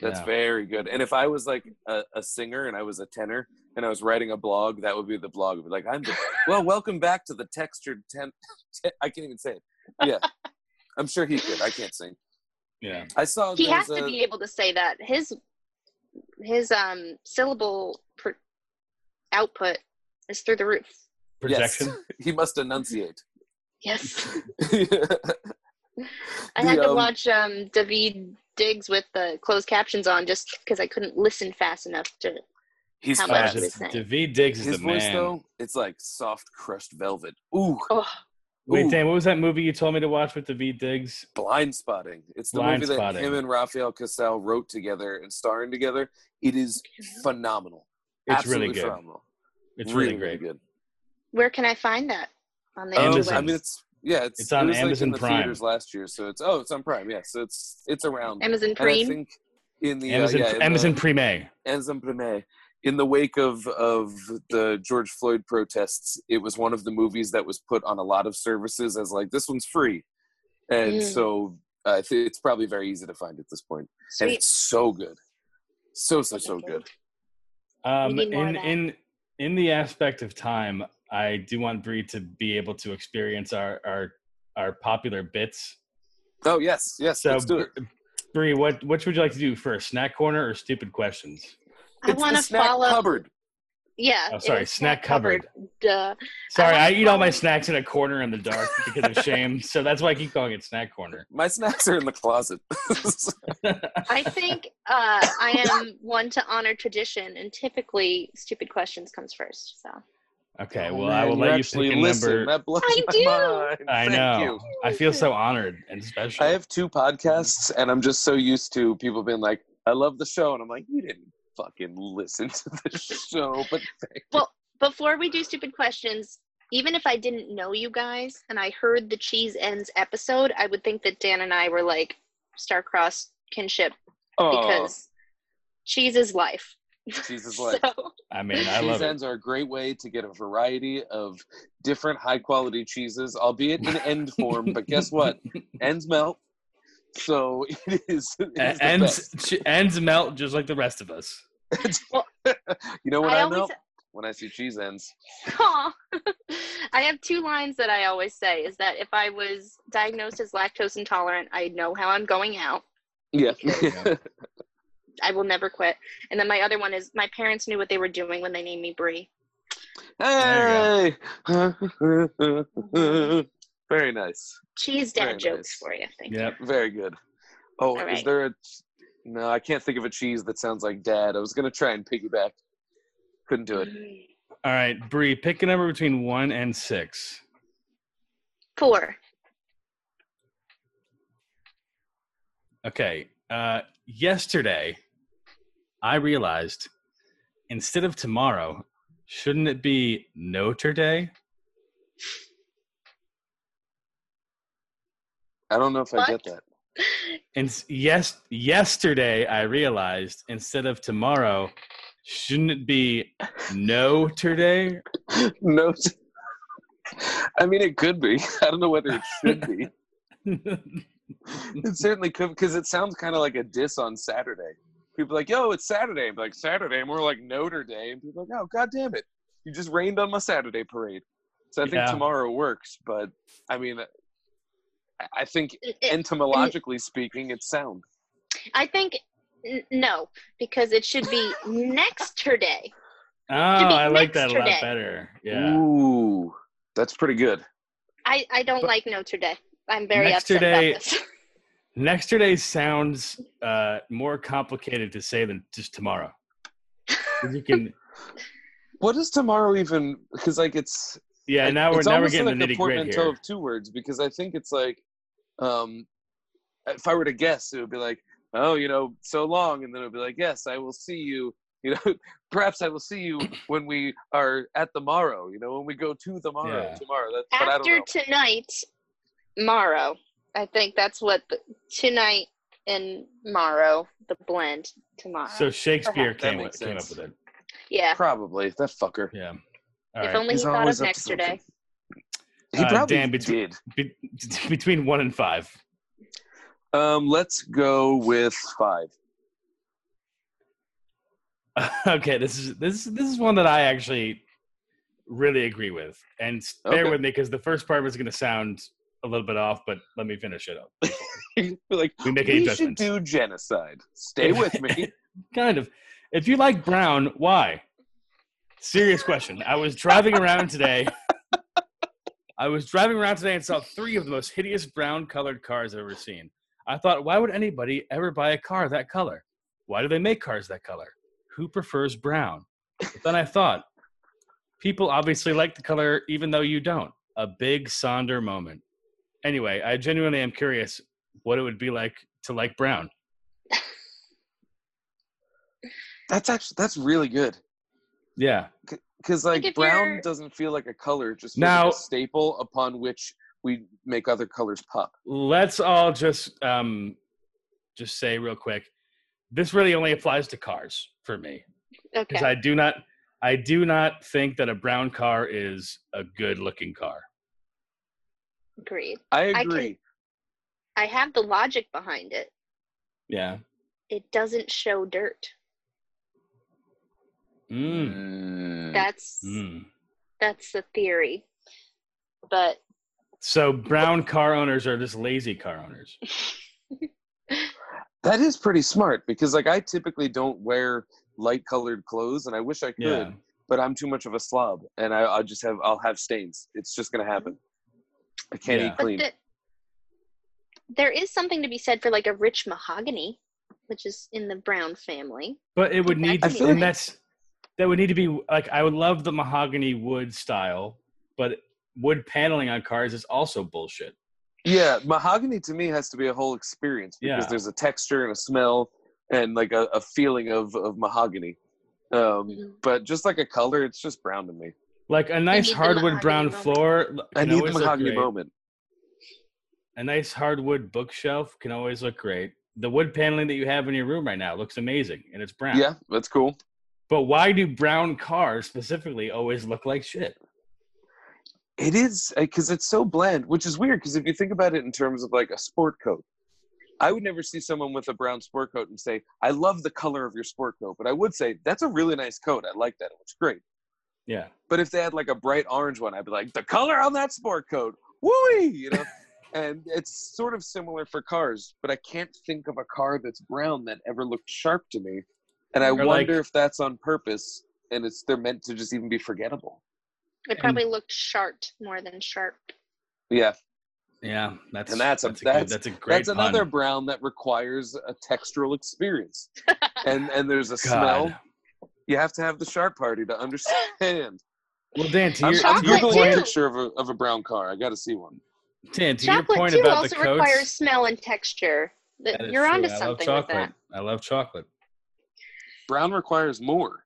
that's Yeah. very good and if I was like a, a singer and I was a tenor and I was writing a blog that would be the blog It'd be like I'm the Well, welcome back to the textured ten. Te- I can't even say it. Yeah, I'm sure he could. I can't sing. Yeah. I saw he there has was to a- be able to say that his his um syllable per, output is through the roof Projection. Yes, he must enunciate. yes I i had to watch um david diggs with the closed captions on just because i couldn't listen fast enough to He's how Oh, much fast. he was just- saying. David Diggs is His the voice man. though, it's like soft crushed velvet. Ooh, oh Wait, ooh, Dan, what was that movie you told me to watch with David Diggs? blind spotting. It's the Blind movie Spotting. that him and Rafael Casal wrote together and starring together. It is phenomenal. It's Absolutely really good. phenomenal. It's really, great. good. where can i find that on the Um, Oh, internet? Amazon. I mean, it's yeah, it's, It's on it was like Amazon in the Prime. theaters last year, so it's oh, it's on Prime. Yeah, so it's it's around. amazon And I prime think in the Amazon, uh, yeah, in Amazon the, Pre May. Amazon Prime, in the wake of of the George Floyd protests, it was one of the movies that was put on a lot of services as like this one's free, and Mm. so uh, I think it's probably very easy to find at this point. And Sweet. it's so good, so so so good. Um, We need more of in that. in in the aspect of time, I do want Bree to be able to experience our our our popular bits. Oh yes, yes, So, let's do it. Bree, what which would you like to do first, snack corner or stupid questions? Uh, i It's want the to snack follow cupboard. yeah Oh, it sorry, is snack cupboard. Duh. Sorry, wanna I, eat all my follow- snacks in a corner in the dark because of shame, so that's why I keep calling it snack corner. My snacks are in the closet. I think uh, I am one to honor tradition, and typically, stupid questions comes first. So Okay, Oh, well, I man, will you let you actually pick a listen. number. That blows I my do. mind. I Thank know. you. I feel so honored and special. I have two podcasts, and I'm just so used to people being like, "I love the show," and I'm like, "You didn't fucking listen to the show." But before we do stupid questions, even if I didn't know you guys and I heard the Cheese Ends episode, I would think that Dan and I were like star-crossed kinship oh, because cheese is life. She's just like, so, I mean, I cheese love it. ends are a great way to get a variety of different high quality cheeses, albeit in end form. but guess what? Ends melt. So it is. It A- is E the Ends ch- ends melt just like the rest of us. best. You know what I I, always know? When I see cheese ends. Aw. I have two lines that I always say is that if I was diagnosed as lactose intolerant, I know how I'm going out. Yeah. Yeah. I will never quit. And then my other one is my parents knew what they were doing when they named me Bree. hey. There Very nice. Cheese dad Very jokes nice. for you, thank you. Yep. Very good. Oh, All is right. there a? No, I can't think of a cheese that sounds like dad. I was gonna try and piggyback. Couldn't do it. All right, Bree, pick a number between one and six. Four. Okay. Uh, yesterday, I realized instead of tomorrow, shouldn't it be Notre Day? I don't know if I What? get that. And s- yes, yesterday I realized instead of tomorrow, shouldn't it be no today? no. I mean, it could be. I don't know whether it should be. Oh, it certainly could because it sounds kind of like a diss on Saturday. People are like, yo, it's Saturday. I'm like, Saturday. And we're like, Notre Day. And people are like, oh, God damn it. You just rained on my Saturday parade. So I think Yeah. tomorrow works. But I mean, I- I think It- it- entomologically speaking, it's sound. I think n- no, because it should be next her day. oh, be I like that a lot next-terday. better. Yeah. Ooh, that's pretty good. I, I don't But- like Notre Dame. I'm very Next upset Today- about this. Next today sounds uh, more complicated to say than just tomorrow. 'Cause You can, What is tomorrow even? Because, like, it's yeah. Like, Now we're it's now we're almost getting like the nitty a gritty portmanteau here. of two words because I think it's like, um, if I were to guess, it would be like, oh, you know, so long, and then it would be like, yes, I will see you. You know, perhaps I will see you when we are at the morrow. You know, when we go to the morrow Yeah. tomorrow. That's but I don't After know. tonight, morrow. I think that's what the, tonight and morrow, the blend tomorrow. So Shakespeare That came, makes with- came up sense. with it. yeah. Probably that fucker. Yeah. All If right. only He's he thought always of up to next day. He Uh, probably Dan, between- did. Be- between one and five. Um, let's go with five. okay, this is this is- this is one that I actually really agree with, and s- bear Okay. with me because the first part was going to sound a little bit off, but let me finish it up. like We make any we should judgments? do genocide. Stay with me. kind of. If you like brown, why? Serious question. I was driving around today. I was driving around today and saw three of the most hideous brown colored cars I've ever seen. I thought, why would anybody ever buy a car that color? Why do they make cars that color? Who prefers brown? But then I thought, people obviously like the color even though you don't. A big Sonder moment. Anyway, I genuinely am curious what it would be like to like brown. that's actually that's really good. Yeah. because Like, like, if brown you're- doesn't feel like a color it just feels Now- like a staple upon which we make other colors pop let's all just um just say real quick this really only applies to cars for me because Okay. i do not i do not think that a brown car is a good looking car Agreed. i I agree I have the logic behind it. yeah It doesn't show dirt. mm. Mm. That's Mm. that's the theory. But so brown car owners are just lazy car owners that is pretty smart because like i typically don't wear light colored clothes and i wish i could yeah but i'm too much of a slob and I, i'll just have i'll have stains it's just gonna happen i can't Yeah. eat but clean the, there is something to be said for like a rich mahogany, which is in the brown family. but it would need to I feel and like- that's that would need to be like i would love the mahogany wood style but wood paneling on cars is also bullshit yeah mahogany to me has to be a whole experience because Yeah. there's a texture and a smell and like a, a feeling of of mahogany um Mm. but just like a color, it's just brown to me. like a nice need the hardwood mahogany brown moment. floor l- I can need the always look mahogany great. moment. a nice hardwood bookshelf can always look great. The wood paneling that you have in your room right now looks amazing, and it's brown. Yeah, that's cool. But why do brown cars specifically always look like shit? It is because it's so bland, which is weird. Because if you think about it in terms of like a sport coat, I would never see someone with a brown sport coat and say, "I love the color of your sport coat," but I would say that's a really nice coat. I like that. It looks great. Yeah. But if they had like a bright orange one, I'd be like, "The color on that sport coat, wooey!" You know. and it's sort of similar for cars, but I can't think of a car that's brown that ever looked sharp to me. And I Or, like- wonder if that's on purpose, and it's they're meant to just even be forgettable. It probably looked sharp more than sharp. Yeah, Yeah, that's And that's a- that's a, that's- good, that's a great that's another pun. brown that requires a textural experience, and and there's a God. smell. You have to have the sharp party to understand. Well, Dan, to I'm, your, I'm to your googling a Chocolate point, too. picture of a of a brown car. I got to see one. Dan, to your chocolate point too about the also coats, requires smell and texture. That, that is you're true. onto I love something with chocolate. that. I love chocolate. Brown requires more.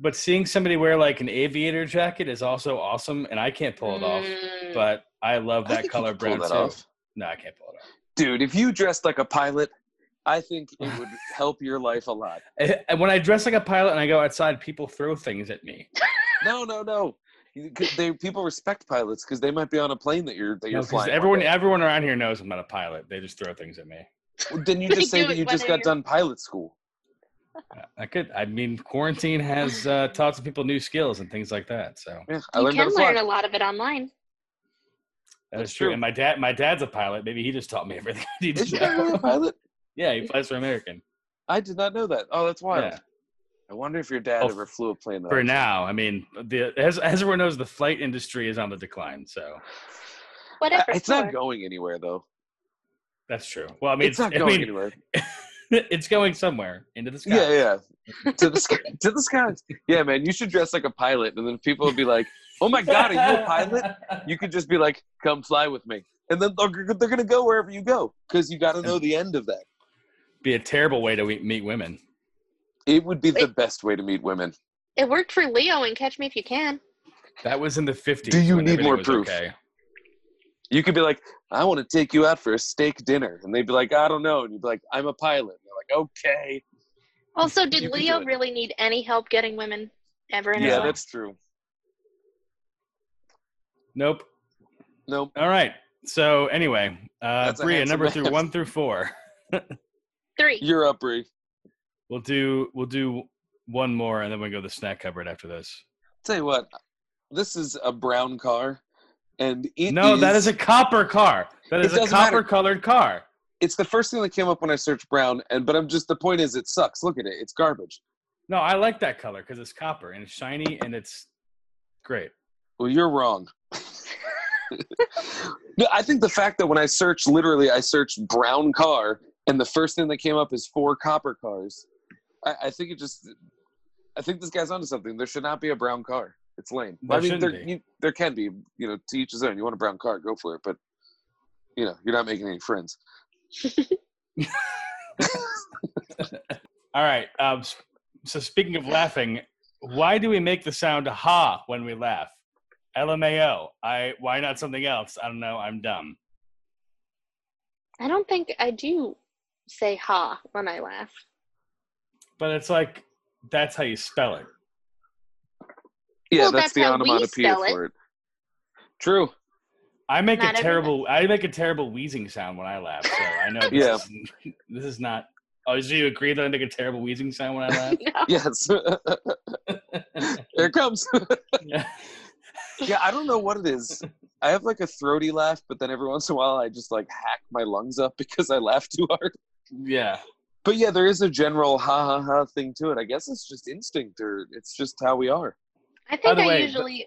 But seeing somebody wear like an aviator jacket is also awesome, and I can't pull it off. Mm. But I love I that think you color could pull brown that too. off. No, I can't pull it off. Dude, if you dressed like a pilot, I think it would help your life a lot. And- And when I dress like a pilot and I go outside, people throw things at me. No, no, no. You- 'cause They people respect pilots because they might be on a plane that you're that you're No, 'cause flying. one everyone, day. everyone around here knows I'm not a pilot. They just throw things at me. Well, then you They just say do that it you just whether got done pilot school. Uh, I could. I mean, quarantine has uh, taught some people new skills and things like that. So Yeah, I You learned how can to learn fly. a lot of it online. that's That's true. true. And my dad, my dad's a pilot. Maybe he just taught me everything I need Is to your dad really a know. pilot? yeah, he flies for American. I did not know that. Oh, that's wild. Yeah. I wonder if your dad Oh, ever flew a plane. though. For now, I mean, the as, as everyone knows, the flight industry is on the decline. So Whatever. Uh, it's for. not going anywhere though. that's true. Well, I mean, it's not I going mean, anywhere. it's going somewhere into the sky. Yeah, yeah. to the sky, to the skies. Yeah, man. You should dress like a pilot, and then people will be like, "Oh my god, are you a pilot?" You could just be like, "Come fly with me," and then they're, they're gonna go wherever you go because you got to know the end of that. Be a terrible way to we- meet women. It would be the best way to meet women. It worked for Leo and Catch Me If You Can. That was in the fifties. Do you need more proof? You could be like, I want to take you out for a steak dinner. And they'd be like, I don't know. And you'd be like, I'm a pilot. And they're like, okay. Also, did You can do Leo it. really need any help getting women ever in his No. Yeah, life? that's true. Nope. No, All right. So anyway, uh, That's a Bria, handsome number through man. one through four. Three. you're up, Bree. We'll do we'll do one more, and then we go to the snack cupboard after this. Tell you what, this is a brown car. And it no, that is a copper car. That It is a doesn't matter. copper colored car. It's the first thing that came up when I searched brown. And But I'm just, the point is, it sucks. Look at it. It's garbage. No, I like that color because it's copper and it's shiny and it's great. Well, you're wrong. no, I think the fact that when I searched, literally, I searched brown car, and the first thing that came up is four copper cars. I, I think it just, I think this guy's onto something. There should not be a brown car. It's lame. There I mean, shouldn't there, be. you, there can be, you know, to each his own. You want a brown car, go for it. But, you know, you're not making any friends. All right. Um, s- so speaking of laughing, why do we make the sound ha when we laugh? LMAO. I why not something else? I don't know. I'm dumb. I don't think I do say ha when I laugh. But it's like that's how you spell it. Yeah, Well, that's, that's the how we onomatopoeia spell it. for it. True. I make Not a everyone. terrible. I make a terrible wheezing sound when I laugh. So I know. This Yeah. Is, this is not. Oh, do you agree that I make a terrible wheezing sound when I laugh? No. Yes. Here it comes. Yeah. Yeah, I don't know what it is. I have like a throaty laugh, but then every once in a while I just like hack my lungs up because I laugh too hard. yeah. But yeah, there is a general ha ha ha thing to it. I guess it's just instinct or it's just how we are. I By think the I way, the- usually.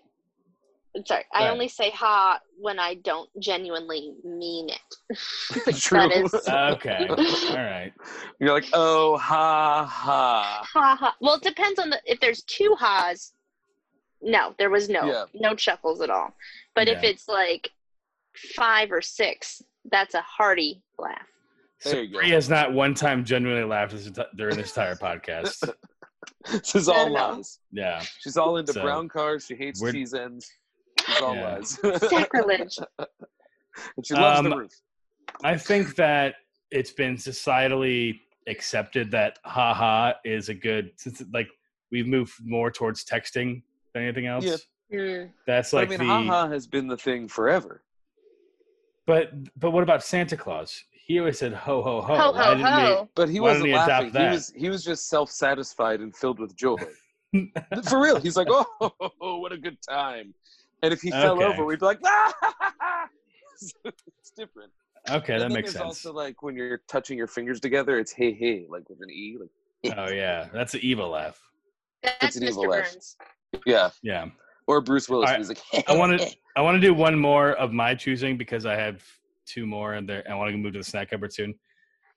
Sorry, Go I ahead. only say ha when I don't genuinely mean it. True. That is Okay. All right. You're like, oh ha ha. ha ha. Well, it depends on the if there's two ha's. No, there was no Yeah. no chuckles at all. But if Yeah. it's like five or six, that's a hearty laugh. There So you go. Bree has not one time genuinely laughed this enti- during this entire podcast. This is No, all no. lies. Yeah. She's all into So, brown cars. She hates we're- cheese ends. She's all Yeah. lies. Sacrilege. and she loves Um, the roof. I think that it's been societally accepted that haha is a good since it- like we've moved more towards texting than anything else. Yeah. Mm. That's But like I mean, the haha has been the thing forever. but but what about Santa Claus? He always said ho ho ho. ho, Why ho, Oh, didn't ho. But he Why wasn't didn't he adopt laughing. He that? was he was just self satisfied and filled with joy. For real, he's like, oh, what a good time. And if he fell Okay. over, we'd be like, ah! So it's different. we- Okay, And that then makes there's sense. Also, like when you're touching your fingers together, it's hey hey, like with an e. Like, oh yeah, that's an evil laugh. That's an evil Mr. laugh. Burns. yeah, Yeah, or Bruce Willis. All right. He's like, I want to I want to do one more of my choosing because I have two more and there. I want to move to the snack cupboard soon.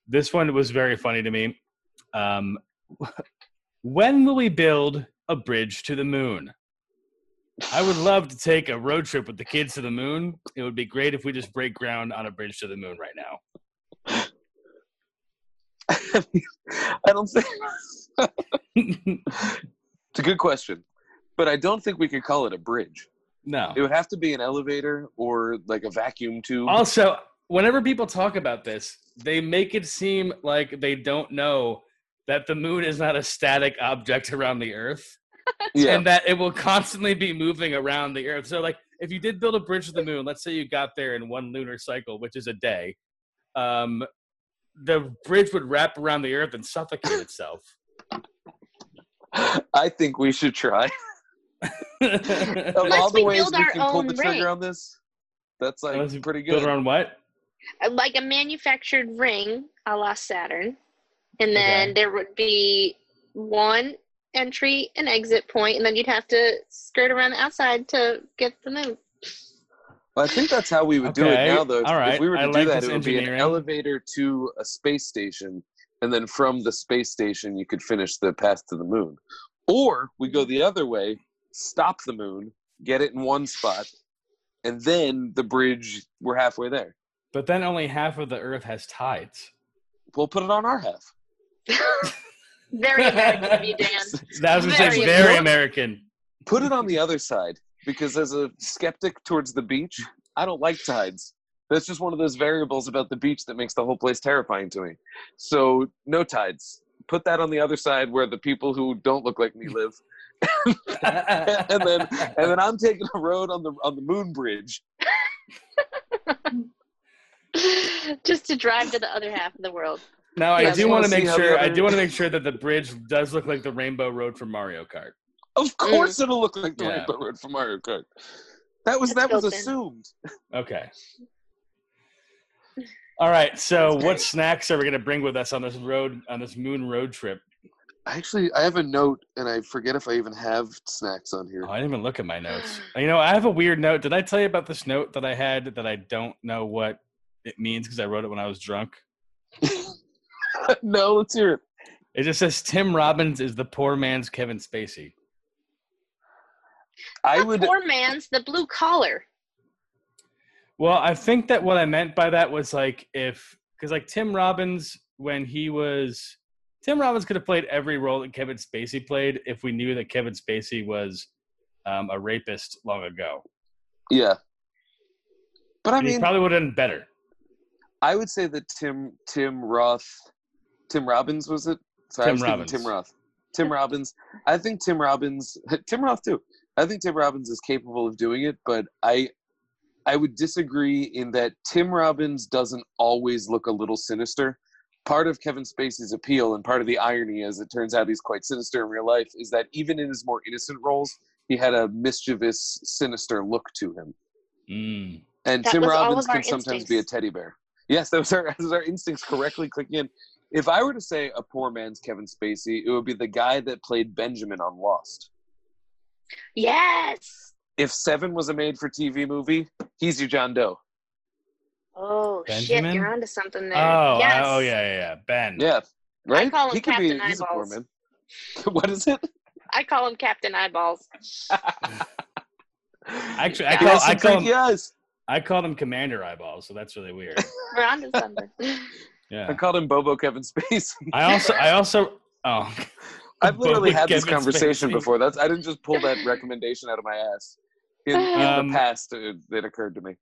This one was very funny to me. Um, when will we build a bridge to the moon? I would love to take a road trip with the kids to the moon. It would be great if we just break ground on a bridge to the moon right now. I don't think it's a good question, but I don't think we could call it a bridge. no. It would have to be an elevator or like a vacuum tube. Also, whenever people talk about this, they make it seem like they don't know that the moon is not a static object around the earth yeah, and that it will constantly be moving around the earth. So, like, if you did build a bridge to the moon, let's say you got there in one lunar cycle, which is a day, um, the bridge would wrap around the earth and suffocate itself. I think we should try. Of Build Unless all the we ways build we our can pull own the trigger ring. on this, that's like Unless we pretty good. around what? like a manufactured ring a la Saturn. And then Okay. there would be one entry and exit point, and then you'd have to skirt around the outside to get the moon. Well, I think that's how we would do it Okay, now, though. all If right, we were to I do like that, this it would be an engineering. elevator to a space station, and then from the space station, you could finish the path to the moon. Or we go the other way, stop the moon, get it in one spot, and then the bridge, we're halfway there. But then only half of the earth has tides. We'll put it on our half. Very American of you, Dan. That was gonna say Very very important. American. Put it on the other side, because as a skeptic towards the beach, I don't like tides. That's just one of those variables about the beach that makes the whole place terrifying to me. So, no tides. Put that on the other side where the people who don't look like me live, and then and then I'm taking a road on the on the moon bridge. Just to drive to the other half of the world. now I Yeah, do so want we'll to see make how the sure I other- do want to make sure that the bridge does look like the Rainbow Road from Mario Kart. Of course, it'll look like the Yeah. Rainbow Road from Mario Kart. That was That's that was built in. assumed. Okay. All right. So That's what great. snacks are we gonna bring with us on this road on this moon road trip? Actually, I have a note, and I forget if I even have snacks on here. Oh, I didn't even look at my notes. You know, I have a weird note. Did I tell you about this note that I had that I don't know what it means because I wrote it when I was drunk? no, let's hear it. It just says Tim Robbins is the poor man's Kevin Spacey. I The would poor man's the blue collar. Well, I think that what I meant by that was like if because like Tim Robbins when he was Tim Robbins could have played every role that Kevin Spacey played if we knew that Kevin Spacey was um, a rapist long ago. Yeah. But I And he mean, probably would have done better. I would say that Tim Tim Roth, Tim Robbins was it? Sorry, I Tim was thinking Robbins. Tim Roth. Tim Robbins. I think Tim Robbins. Tim Roth too. I think Tim Robbins is capable of doing it, but I I would disagree in that Tim Robbins doesn't always look a little sinister. Part of Kevin Spacey's appeal and part of the irony, as it turns out, he's quite sinister in real life, is that even in his more innocent roles, he had a mischievous, sinister look to him. Mm. And That Tim was all Robbins of our can sometimes be a instincts. teddy bear. Yes, those are those are instincts correctly clicking in. If I were to say a poor man's Kevin Spacey, it would be the guy that played Benjamin on Lost. Yes. If Seven was a made-for-TV movie, he's your John Doe. Oh shit, Benjamin? you're onto something Oh, there. I- yes. oh yeah, yeah, yeah. Ben. Yeah, right. call him he could be. Captain He's a poor Eyeballs. man. What is it? I call him Captain Eyeballs. Actually, I He call, has some I, call creepy him, eyes. I called him Commander Eyeball, so that's really weird. We're onto something. I Yeah. called him Bobo Kevin Spacey. I also, I also, oh, I've literally Bobo had this Kevin conversation Spacey. before. That's I didn't just pull that recommendation out of my ass. In, in Um, the past, it, it occurred to me.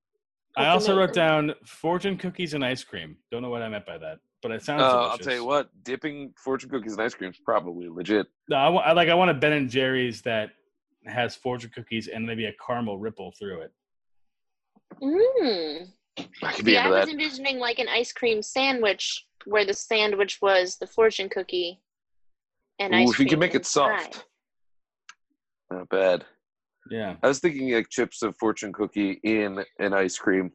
I That's also wrote amazing. down fortune cookies and ice cream. Don't know what I meant by that. but it sounds. Uh, I'll delicious. tell you what, dipping fortune cookies and ice cream is probably legit. No, I, wa- I like. I want a Ben and Jerry's that has fortune cookies and maybe a caramel ripple through it. Mm. I could be Yeah, I into was that. envisioning like an ice cream sandwich where the sandwich was the fortune cookie and ice Ooh, if you cream can make it inside. soft. Not bad. Yeah, I was thinking like chips of fortune cookie in an ice cream,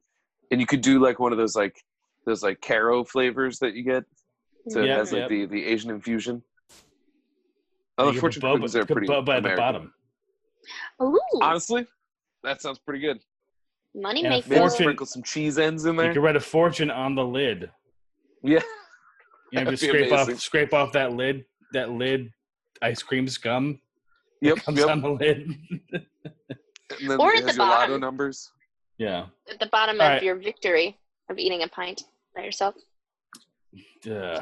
and you could do like one of those like those like caro flavors that you get. So Mm-hmm. it Yep, has like yep. the the Asian infusion. You Oh, the get fortune boba- cookies are you get pretty. boba at the American. bottom. Ooh, Honestly, that sounds pretty good. money and a Maybe maker. Fortune- sprinkle some cheese ends in You there. can write a fortune on the lid. Yeah, You know, That'd just be scrape amazing. off, scrape off that lid, that lid, ice cream scum yep, comes yep. on the lid. And then Or it at has the your lotto bottom. numbers. yeah, At the bottom All of right. your victory of eating a pint by yourself. Duh.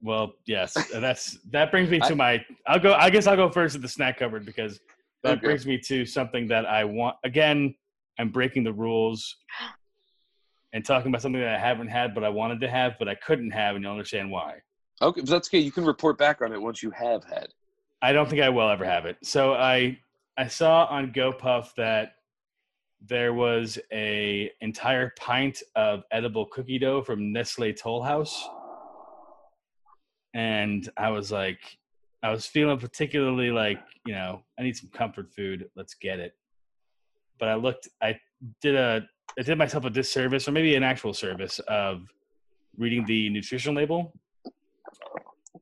well, yes, and that's that brings me to I- my. I'll go. I guess I'll go first at the snack cupboard because that Okay. brings me to something that I want. Again, I'm breaking the rules and talking about something that I haven't had, but I wanted to have, but I couldn't have, and you'll understand why. Okay, but that's okay. You can report back on it once you have had. I don't think I will ever have it. So I I saw on GoPuff that there was a entire pint of edible cookie dough from Nestle Toll House. And I was like I was feeling particularly like, you know, I need some comfort food. Let's get it. But I looked I did a I did myself a disservice or maybe an actual service of reading the nutrition label.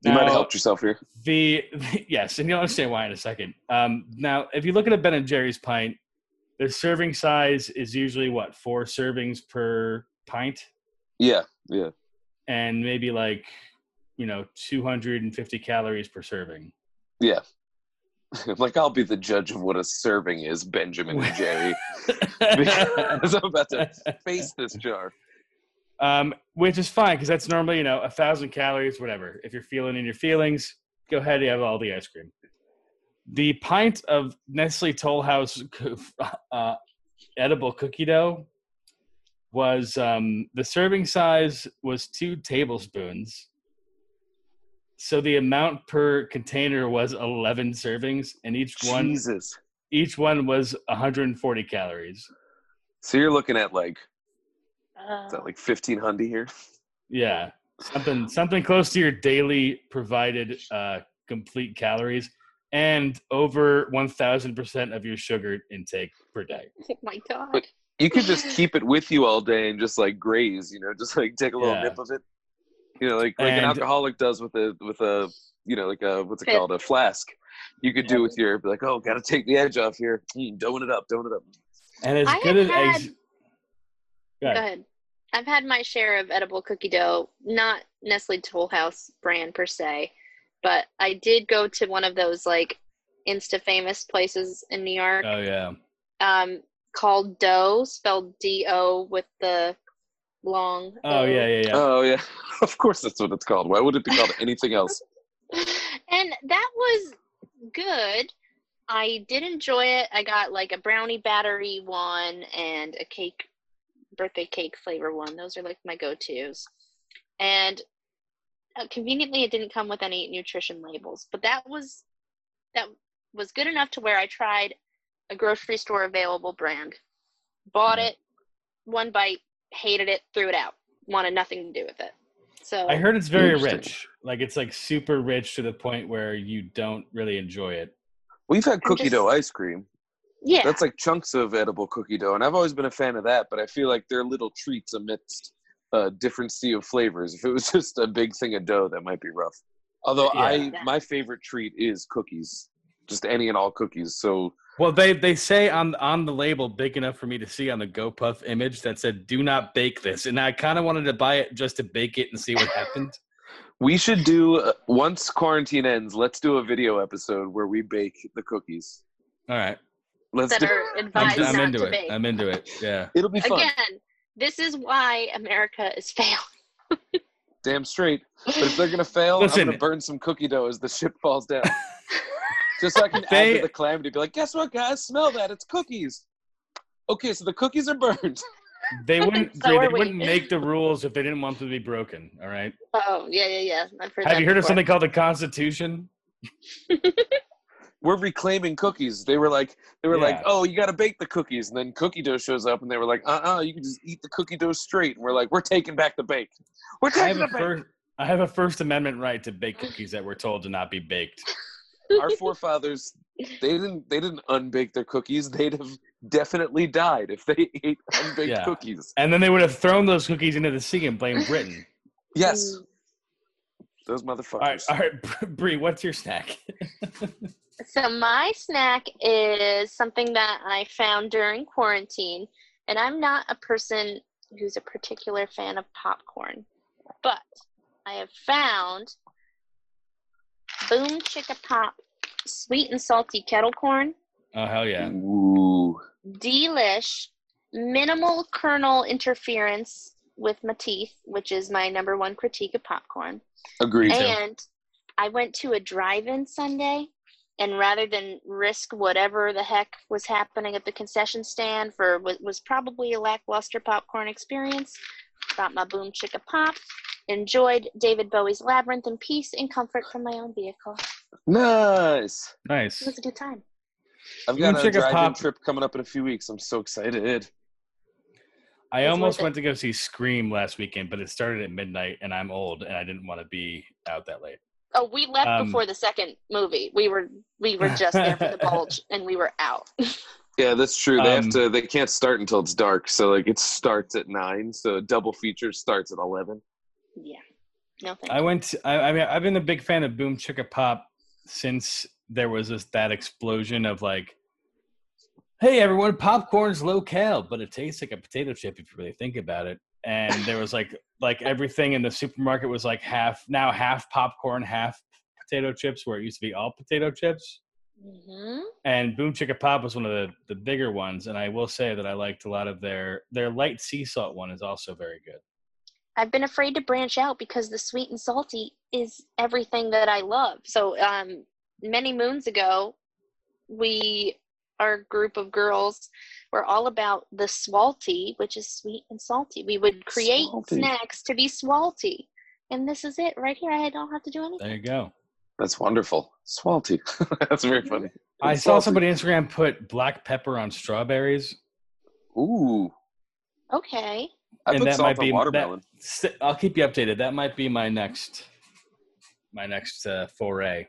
You might have Now- helped yourself here. the, the- yes, and you'll understand why in a second. Um, now, if you look at a Ben and Jerry's pint, their serving size is usually what four servings per pint, Yeah, yeah. and maybe like you know 250 calories per serving. like I'll be the judge of what a serving is, Benjamin and Jerry, because I'm about to face this jar. um, which is fine because that's normally you know a thousand calories, whatever. If you're feeling in your feelings, go ahead and have all the ice cream. The pint of Nestle Toll House co- uh, edible cookie dough was um, the serving size was two tablespoons. So the amount per container was eleven servings, and each one Jesus. each one was 140 calories. So you're looking at like Uh, is that like fifteen hundred here? Yeah, something something close to your daily provided uh, complete calories and over 1000% of your sugar intake per day. oh my god. But- You could just keep it with you all day and just like graze, you know, just like take a little Yeah. nip of it. You know, like like an And- alcoholic does with a with a you know like a what's it Fifth. called a flask. You could do with your be like oh got to take the edge off here, mm, doing it up, doing it up. And as I good as have eggs, had- Go ahead. I've had my share of edible cookie dough, not Nestle Toll House brand per se, but I did go to one of those like insta famous places in New York oh yeah, um, called Dough, spelled D O with the long. oh O. yeah, yeah, yeah. Oh yeah, of course that's what it's called. Why would it be called anything else? and that was good. I did enjoy it. I got like a brownie battery one and a cake, birthday cake flavor one. Those are like my go tos. And uh, conveniently, it didn't come with any nutrition labels, but that was that was good enough to where I tried a grocery store available brand, bought Yeah. it, one bite, hated it, threw it out, wanted nothing to do with it. So I heard it's very Interesting. rich. Like it's like super rich to the point where you don't really enjoy it. We've had cookie just- dough ice cream. yeah, That's like chunks of edible cookie dough, and I've always been a fan of that. But I feel like they're little treats amidst a different sea of flavors. If it was just a big thing of dough, that might be rough. Although I, Yeah. my favorite treat is cookies, just any and all cookies. So Well, they they say on on the label big enough for me to see on the GoPuff image that said "Do not bake this," and I kind of wanted to buy it just to bake it and see what happened. we should do uh, once quarantine ends. Let's do a video episode where we bake the cookies. All right, Let's that do. are I'm, advised I'm not into to it. bake. I'm into it. Yeah. It'll be fun. Again, this is why America is failed. Damn straight. But if they're gonna fail, I'm Listen. gonna burn some cookie dough as the ship falls down. Just so I can add They- to the calamity. Be like, guess what, guys? Smell that? It's cookies. Okay, so the cookies are burned. They wouldn't. So they, are they we. wouldn't make the rules if they didn't want them to be broken. All right. Oh, yeah, yeah, yeah. I've heard Have that you heard of before. something called the Constitution? We're reclaiming cookies. They were like, they were like, Yeah. oh, you got to bake the cookies, and then cookie dough shows up, and they were like, uh, uh you can just eat the cookie dough straight. And we're like, we're taking back the bake. We're I have taking a the bake. first. I have a First Amendment right to bake cookies that we're told to not be baked. Our forefathers, they didn't, they didn't unbake their cookies. They'd have definitely died if they ate unbaked Yeah. cookies. And then they would have thrown those cookies into the sea and blamed Britain. Yes, Mm. those All right, motherfuckers. all right, Bree, what's your snack? So my snack is something that I found during quarantine, and I'm not a person who's a particular fan of popcorn, but I have found Boom Chicka Pop sweet and salty kettle corn, Oh hell yeah! Ooh. delish, minimal kernel interference with my teeth, which is my number one critique of popcorn. Agreed. too. And I went to a drive-in Sunday, and rather than risk whatever the heck was happening at the concession stand for what was probably a lackluster popcorn experience, got my boom chicka pop, enjoyed David Bowie's Labyrinth in peace and comfort from my own vehicle. Nice. It Nice. was a good time. I've You got can a check a drive-in pop- trip coming up in a few weeks. I'm so excited. I It's almost worth it. went to go see Scream last weekend, but it started at midnight, and I'm old, and I didn't want to be out that late. Oh, we left Um, before the second movie. We were we were just there for the bulge, and we were out. Yeah, that's true. They Um, have to. They can't start until it's dark. So like, it starts at nine. So double feature starts at eleven. yeah, no thanks. I went. To, I, I mean, I've been a big fan of Boom Chicka Pop since there was this that explosion of like, "Hey, everyone, popcorn's low cal, but it tastes like a potato chip if you really think about it." And there was like, like everything in the supermarket was like half now half popcorn, half potato chips, where it used to be all potato chips. Mhm. And Boom Chicka Pop was one of the, the bigger ones, and I will say that I liked a lot of their their light sea salt one is also very good. I've been afraid to branch out because the sweet and salty is everything that I love. So, um, many moons ago, we, our group of girls, were all about the swalty, which is sweet and salty. We would create Swalty. snacks to be swalty. And this is it right here. I don't have to do anything. There you go. That's wonderful. Swalty. that's very funny. I saw Salty. somebody on Instagram put black pepper on strawberries. Ooh. Okay. I And put that salt might be- on watermelon. St- I'll keep you updated. That might be my next my next uh, foray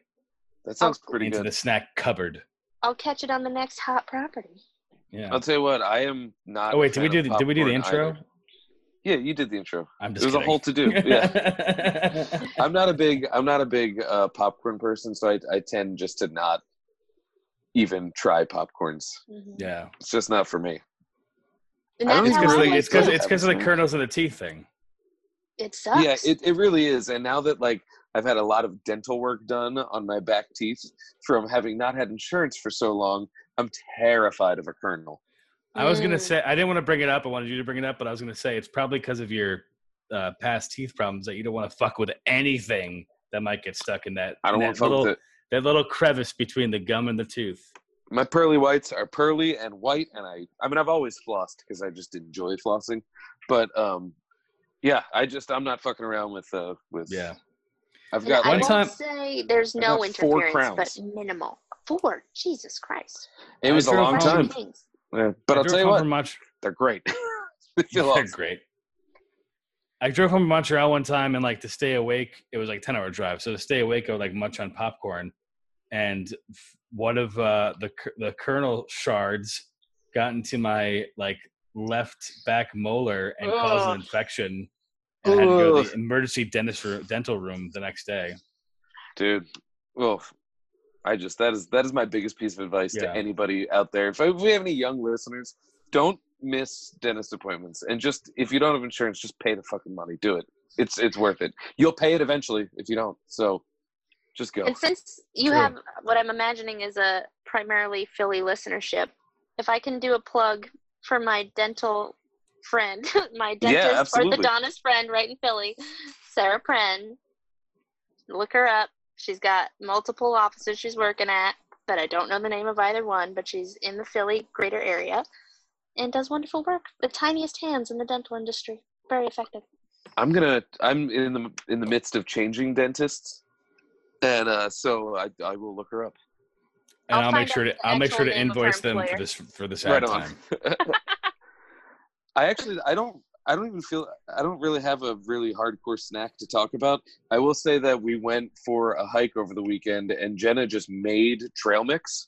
That sounds Oh, pretty into good. the snack cupboard. I'll catch it on the next hot property. Yeah. I'll tell you what. I am not. Oh wait, a did we fan do of the, did we do the popcorn intro? either. Yeah, you did the intro. I'm It just was a kidding. whole to do. Yeah. yeah. I'm not a big I'm not a big uh, popcorn person, so I, I tend just to not even try popcorns. Mhm. yeah. It's just not for me. And I that's don't It's think how because I really- was it's because too. it's because of the kernels of the teeth thing. It sucks. Yeah, it, it really is. And now that like I've had a lot of dental work done on my back teeth from having not had insurance for so long, I'm terrified of a kernel. I was gonna Mm. say I didn't want to bring it up. I wanted you to bring it up, but I was gonna say it's probably because of your uh, past teeth problems that you don't want to fuck with anything that might get stuck in that. I don't in want to that fuck little, with it. that little crevice between the gum and the tooth. My pearly whites are pearly and white, and I I mean I've always flossed because I just enjoy flossing, but um, yeah, I just I'm not fucking around with uh with Yeah. I've And got I one like- won't time- say there's I no got four interference, but crowns. minimal. Four, Jesus Christ! it was a I drove long home- time. Things. Yeah, I but I'll drove tell you home what, from Mont- they're great. they feel They're awesome. great. I drove home from Montreal one time and like to stay awake, it was like 10 hour drive. So to stay awake, I would like munch on popcorn. And f- one of uh, the, cur- the kernel shards got into my like left back molar and caused Ugh. an infection. And I had to go to Ugh. the emergency dentist ro- dental room the next day. dude. Well, I just that is that is my biggest piece of advice Yeah. to anybody out there. If, if we have any young listeners, don't miss dentist appointments, and just if you don't have insurance, just pay the fucking money. Do it. It's it's worth it. You'll pay it eventually if you don't. So, just go. And since you True. have what I'm imagining is a primarily Philly listenership, if I can do a plug for my dental friend, my dentist absolutely. orthodontist friend right in Philly, Sarah Pren, look her up. She's got multiple offices she's working at, but I don't know the name of either one, but she's in the Philly greater area. and does wonderful work. The tiniest hands in the dental industry. Very effective. I'm gonna. I'm in the in the midst of changing dentists, and uh, so I I will look her up. and I'll I'll, make find sure out to the I'll make sure actual to name of our invoice them for employer. this for this ad Right on. time. I actually I don't I don't even feel I don't really have a really hardcore snack to talk about. I will say that we went for a hike over the weekend and Jenna just made trail mix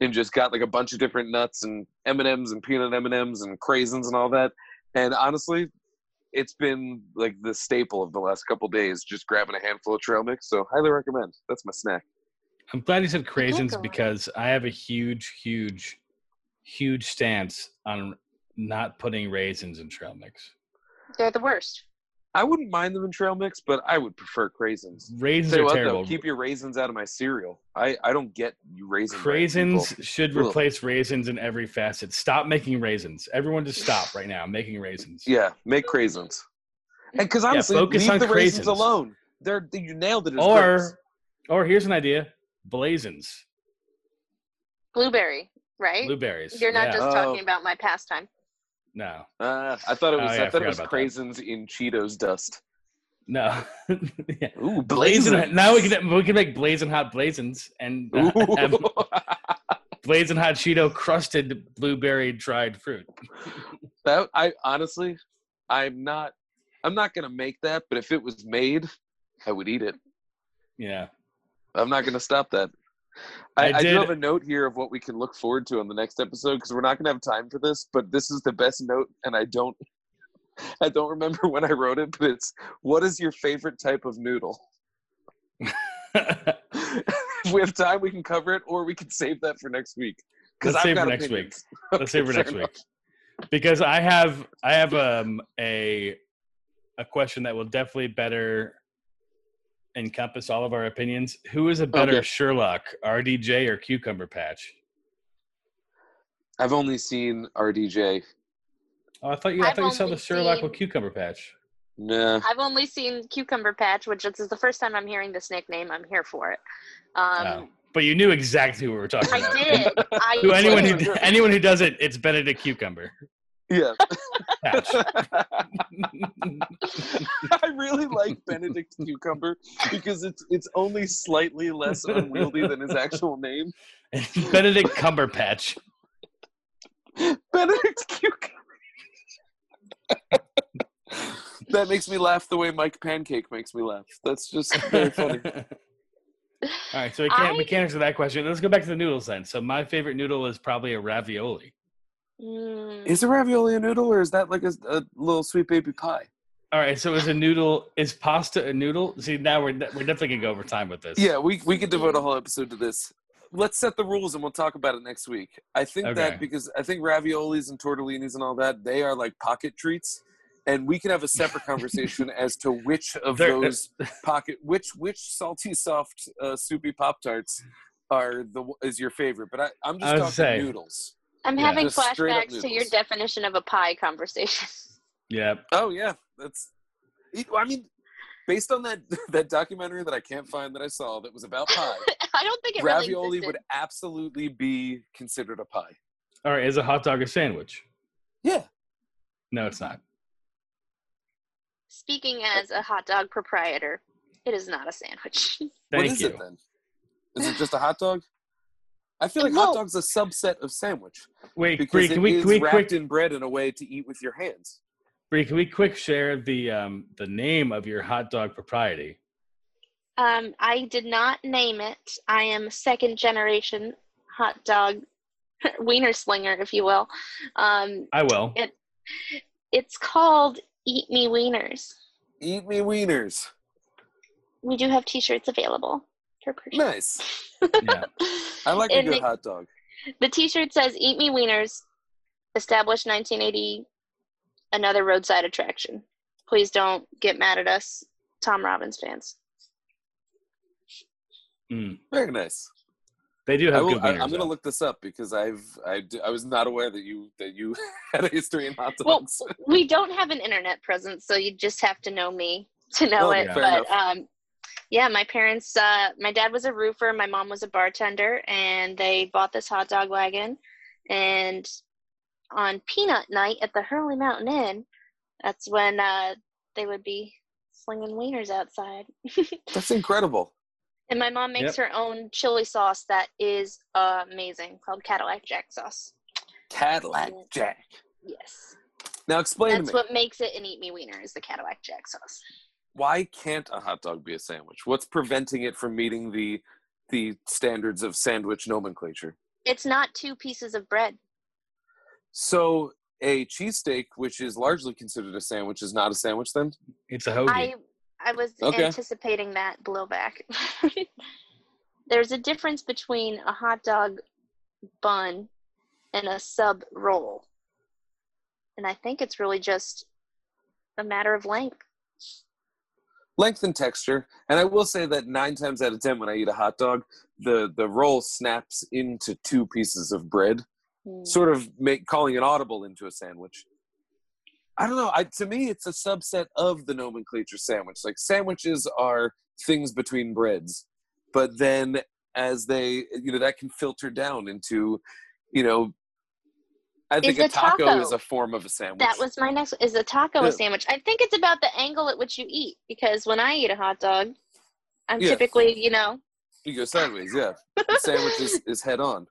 and just got like a bunch of different nuts and M&Ms and peanut M&Ms and craisins and all that. And honestly, it's been like the staple of the last couple days just grabbing a handful of trail mix, so highly recommend. That's my snack. I'm glad you said go craisins on. because I have a huge, huge, huge stance on not putting raisins in trail mix. They're the worst. I wouldn't mind them in trail mix, but I would prefer craisins. Raisins Say are what terrible. though, keep your raisins out of my cereal. I, I don't get you raisin Raisins should Ugh. replace raisins in every facet. Stop making raisins. Everyone just stop right now making raisins. Yeah, make craisins. And because honestly, focus leave on the raisins craisins. alone. They're you nailed it. As Or, or here's an idea: blazins, Blueberry, right? blueberries. You're not Yeah. just Oh. talking about my pastime. no, uh, I thought it Oh, was. yeah, I I thought forgot it was about that. craisins in Cheetos dust. no. yeah. Ooh, blazing. Blazing. Now we can we can make blazing hot blazins and uh, have blazing hot Cheeto crusted blueberry dried fruit. that I honestly, I'm not. I'm not gonna make that. But if it was made, I would eat it. Yeah. I'm not gonna stop that. I, I I, do did- have a note here of what we can look forward to on the next episode because we're not gonna have time for this. But this is the best note, and I don't, I don't remember when I wrote it. But it's what is your favorite type of noodle? if we have time, we can cover it, or we can save that for next week. Let's save for next week. Let's save for fair next week. Because I have I have um a a question that will definitely better encompass all of our opinions. Who is a better Okay. Sherlock, RDJ or Cucumber Patch? I've only seen RDJ. Oh, I thought you I I've thought you saw only the Sherlock seen- with Cucumber Patch. Nah. I've only seen Cucumber Patch, which is the first time I'm hearing this nickname. I'm here for it. Oh. Um, But you knew exactly who we were talking I about. did. I To anyone did. who anyone who does it, it's Benedict Cucumber Yeah. Patch. I really like Benedict Cucumber because it's it's only slightly less unwieldy than his actual name. Benedict Cumberpatch. Benedict Cucumber. that makes me laugh the way Mike Pancake makes me laugh. That's just very funny. All right, so we can't we I- can't answer that question. Let's go back to the noodles then. So my favorite noodle is probably a ravioli. Mm, Is a ravioli a noodle or is that like a, a little sweet baby pie? All right, so is a noodle is pasta a noodle? See, now we're de- we're definitely gonna go over time with this. Yeah, we we could devote a whole episode to this. Let's set the rules and we'll talk about it next week. I think Okay. that because I think raviolis and tortellinis and all that they are like pocket treats, and we can have a separate conversation as to which of They're- uh, those pocket which which salty soft uh, soupy pop tarts are the is your favorite. But I, I'm just I was talking saying- noodles. I'm Yeah. having Just straight up flashbacks to your noodles. definition of a pie conversation. yeah. Oh yeah, that's. it- I mean, based on that that documentary that I can't find that I saw that was about pie. I don't think it ravioli really would existed. absolutely be considered a pie. All right, is a hot dog a sandwich? Yeah. No, it's not. Speaking as a hot dog proprietor, it is not a sandwich. Thank what is you. it then? Is it just a hot dog? I feel like Well- hot dog's a subset of sandwich Wait, because Bree, it is can we can we wrapped quick in bread in a way to eat with your hands. Bree, can we quick share the um the name of your hot dog propriety? Um, I did not name it. I am second generation hot dog wiener slinger, if you will. Um, I will. It- it's called Eat Me Wieners. Eat me wieners. We do have T-shirts available for purchase. Nice. Yeah. I like a And good the- hot dog. The T-shirt says "Eat Me Wieners," established 1980, another roadside attraction. Please don't get mad at us, Tom Robbins fans. Mm. Very nice. They do I have will, good wieners. I, am going to though. look this up because I've I, d- I was not aware that you that you had a history in hot Well, dogs. We don't have an internet presence, so you just have to know me to know Oh, it. yeah. fair But um, yeah, my parents, uh, my dad was a roofer, my mom was a bartender, and they bought this hot dog wagon, and on peanut night at the Hurley Mountain Inn. That's when uh, they would be slinging wieners outside. That's incredible. and my mom makes her own chili sauce that is amazing, called Cadillac Jack sauce. Cadillac Yeah. Jack. Yes, Now explain that's to me what makes it an eat me wiener is the Cadillac Jack sauce. why can't a hot dog be a sandwich? What's preventing it from meeting the the standards of sandwich nomenclature? It's not two pieces of bread. So a cheesesteak, which is largely considered a sandwich, is not a sandwich then? It's a hoagie. I I was Okay. anticipating that blowback. There's a difference between a hot dog bun and a sub roll. And I think it's really just a matter of length. Length and texture. And I will say that nine times out of ten when I eat a hot dog, the, the roll snaps into two pieces of bread. sort of make calling it audible into a sandwich. I don't know. I, to me, it's a subset of the nomenclature sandwich. Like sandwiches are things between breads, but then as they, you know, that can filter down into, you know, I think Is a a taco, taco- is a form of a sandwich. That was my next is a taco Yeah. a sandwich. I think it's about the angle at which you eat because when I eat a hot dog, I'm Yeah. typically, you know, you go sideways. Yeah, the sandwich is, is head on.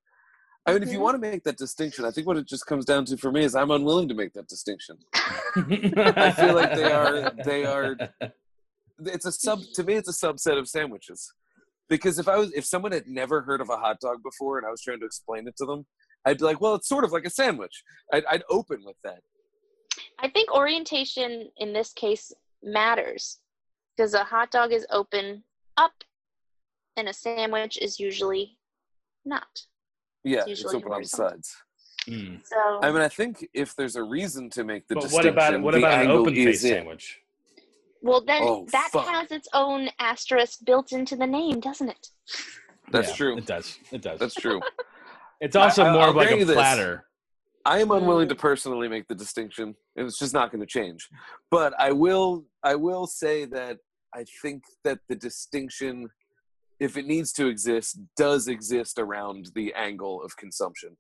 I mean, if you Mhm. want to make that distinction, I think what it just comes down to for me is I'm unwilling to make that distinction. I feel like they are- they are- it's a sub to me it's a subset of sandwiches because if i was if someone had never heard of a hot dog before and i was trying to explain it to them i'd be like well it's sort of like a sandwich i'd, I'd open with that I think orientation in this case matters because a hot dog is open up and a sandwich is usually not. yeah It's it's usually open on the horizontal. sides Mm. So i mean i think if there's a reason to make the But what distinction about what the about an angle open is faced in. sandwich? well then Oh, that fuck. has its own asterisk built into the name, doesn't it? That's true. It does. It does. that's true it's also I- I- more I'll of like bring a you this. platter. I am unwilling Um, to personally make the distinction, and it's just not going to change. But I will, I will say that I think that the distinction, if it needs to exist, does exist around the angle of consumption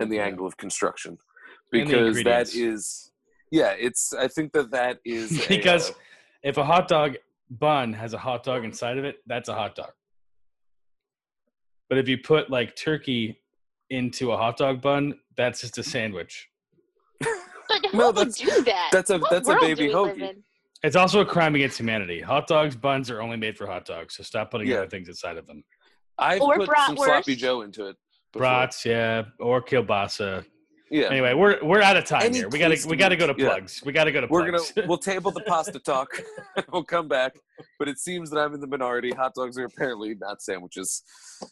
and the Yeah. angle of construction, And the because that ingredients. is, yeah, it's. I think that that is a, Because- uh, If a hot dog bun has a hot dog inside of it, that's a hot dog. But if you put like turkey into a hot dog bun, that's just a sandwich. But who No, would that's- do that? that's a- What that's a world do baby we live hoagie. in? It's also a crime against humanity. Hot dogs buns are only made for hot dogs, so stop putting Yeah. other things inside of them. I've or put some sloppy bratwurst. Joe into it. before. Brats, yeah, or kielbasa. yeah. Anyway, we're we're out of time Any here. We gotta place we to gotta eat. go to Yeah. plugs. We gotta go to We're gonna plugs. we'll table the pasta talk. we'll come back, but it seems that I'm in the minority. Hot dogs are apparently not sandwiches.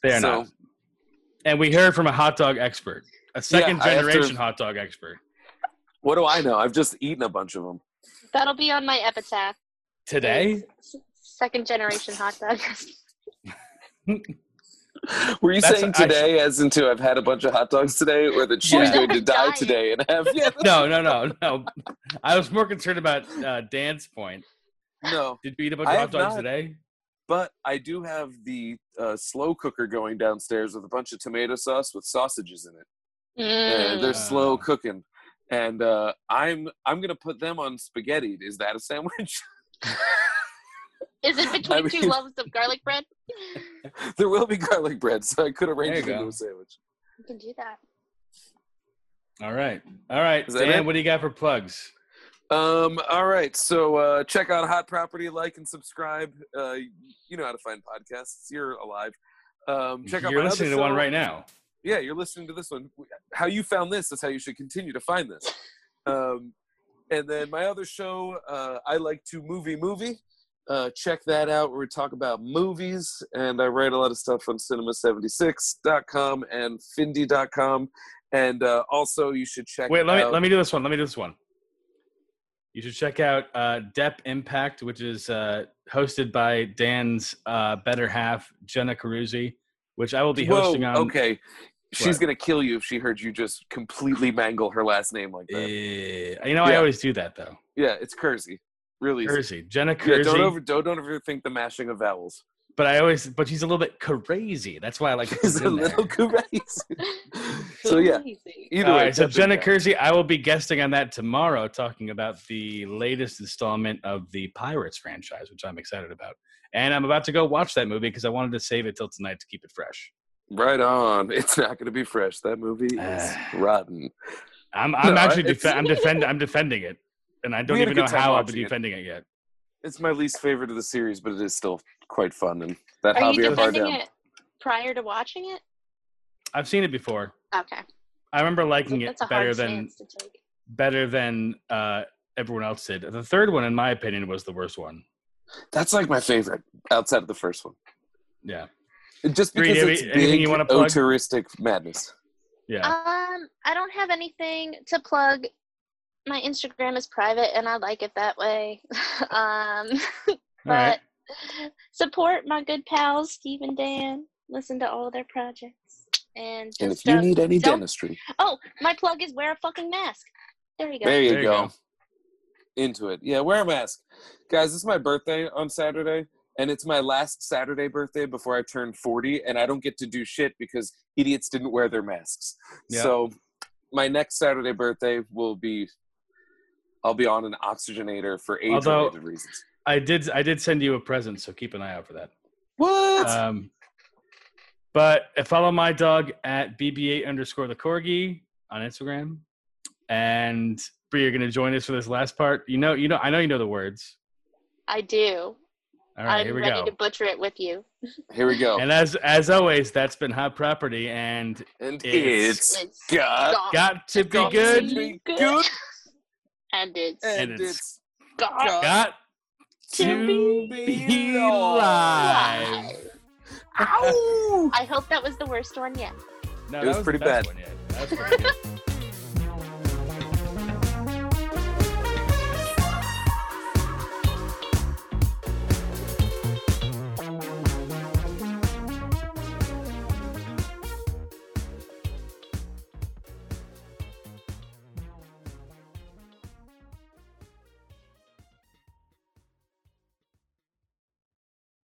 They are so, not. and we heard from a hot dog expert, a second I have to- generation hot dog expert What do I know? I've just eaten a bunch of them. That'll be on my epitaph. today. S- Second generation hot dog. Were you That's- saying I- today, as into I've had a bunch of hot dogs today, or that she's Yeah. going to die Dying. today and have? Yeah, No, no, no, no. I was more concerned about uh, Dan's point. no, Did you eat a bunch I of hot have dogs not. today? but I do have the uh, slow cooker going downstairs with a bunch of tomato sauce with sausages in it. Uh, they're Mm. slow Ah. cooking, and uh, I'm I'm gonna put them on spaghetti. Is that a sandwich? Is it between two mean- loaves of garlic bread? there will be garlic bread, so I could There arrange it you into go. a sandwich. You can do that. All right, all right. Is that Dan, it? what do you got for plugs? Um, all right, so uh, check out Hot Property, like and subscribe. Uh, you know how to find podcasts. You're alive. Um, check out You're my listening other to one show. right now. Yeah, you're listening to this one. How you found this is how you should continue to find this. Um, and then my other show, uh, I like to movie movie. Uh, check that out where we talk about movies and I write a lot of stuff on cinema76.com and findy.com. And uh, also you should check Wait, let me out- let me do this one. Let me do this one. You should check out uh, Dep Impact, which is uh, hosted by Dan's uh, better half, Jenna Caruzzi, which I will be hosting Whoa, on. Okay. She's What? gonna kill you if she heard you just completely mangle her last name like that. Eh, you know, I Yeah. always do that though. yeah, it's Kersey. Really. easy. Curzi, Jenna Yeah, Curzi, don't over don't don't overthink the mashing of vowels. but I always, but she's a little bit crazy. That's why I like. to put It's it a in there. little crazy. So, yeah. amazing. Either All way, right, so Tepper's Jenna out. Kersey, I will be guesting on that tomorrow, talking about the latest installment of the Pirates franchise, which I'm excited about. And I'm about to go watch that movie because I wanted to save it till tonight to keep it fresh. Right on. It's not going to be fresh. That movie is Ah. rotten. I'm, I'm No, actually it's- defe- I'm defend I'm defending it, and I don't We had a even good know time how I'll be watching it. defending it yet. It's my least favorite of the series, but it is still quite fun. And that Are you Javier defending Bardem. it prior to watching it? I've seen it before. Okay, I remember liking it that's a better hard than stance to take. better than uh, everyone else did. The third one, in my opinion, was the worst one. That's like my favorite outside of the first one. Yeah, Just Reed, because any- it's anything big, you wanna plug? touristic madness. yeah. Um, I don't have anything to plug. My Instagram is private, and I like it that way. um, All right. but support my good pals Steve and Dan. Listen to all their projects, and And if just you don't- need any don't- dentistry, oh, my plug is wear a fucking mask. There you go. there you, There you go. go. Into it. Yeah, wear a mask. Guys, it's my birthday on Saturday, and it's my last Saturday birthday before I turn 40, and I don't get to do shit because idiots didn't wear their masks. Yeah. So my next Saturday birthday will be. I'll be on an oxygenator for age-related Although- reasons. I did I did send you a present, so keep an eye out for that. What? Um, but uh, follow my dog at bb8 underscore the corgi on Instagram. And Bree, you're going to join us for this last part. You know, you know, I know you know the words. I All do. right, I'm here we ready go. to butcher it with you. Here we go. And, And as as always, that's been hot property and it's, it's- It's got gone. got to be got good. to be Good. good. and it's And And, it's it's gone. got Got To to be be live. live. Ow! I hope that was the worst one yet. No, It was the pretty best bad. one yet. That was pretty good.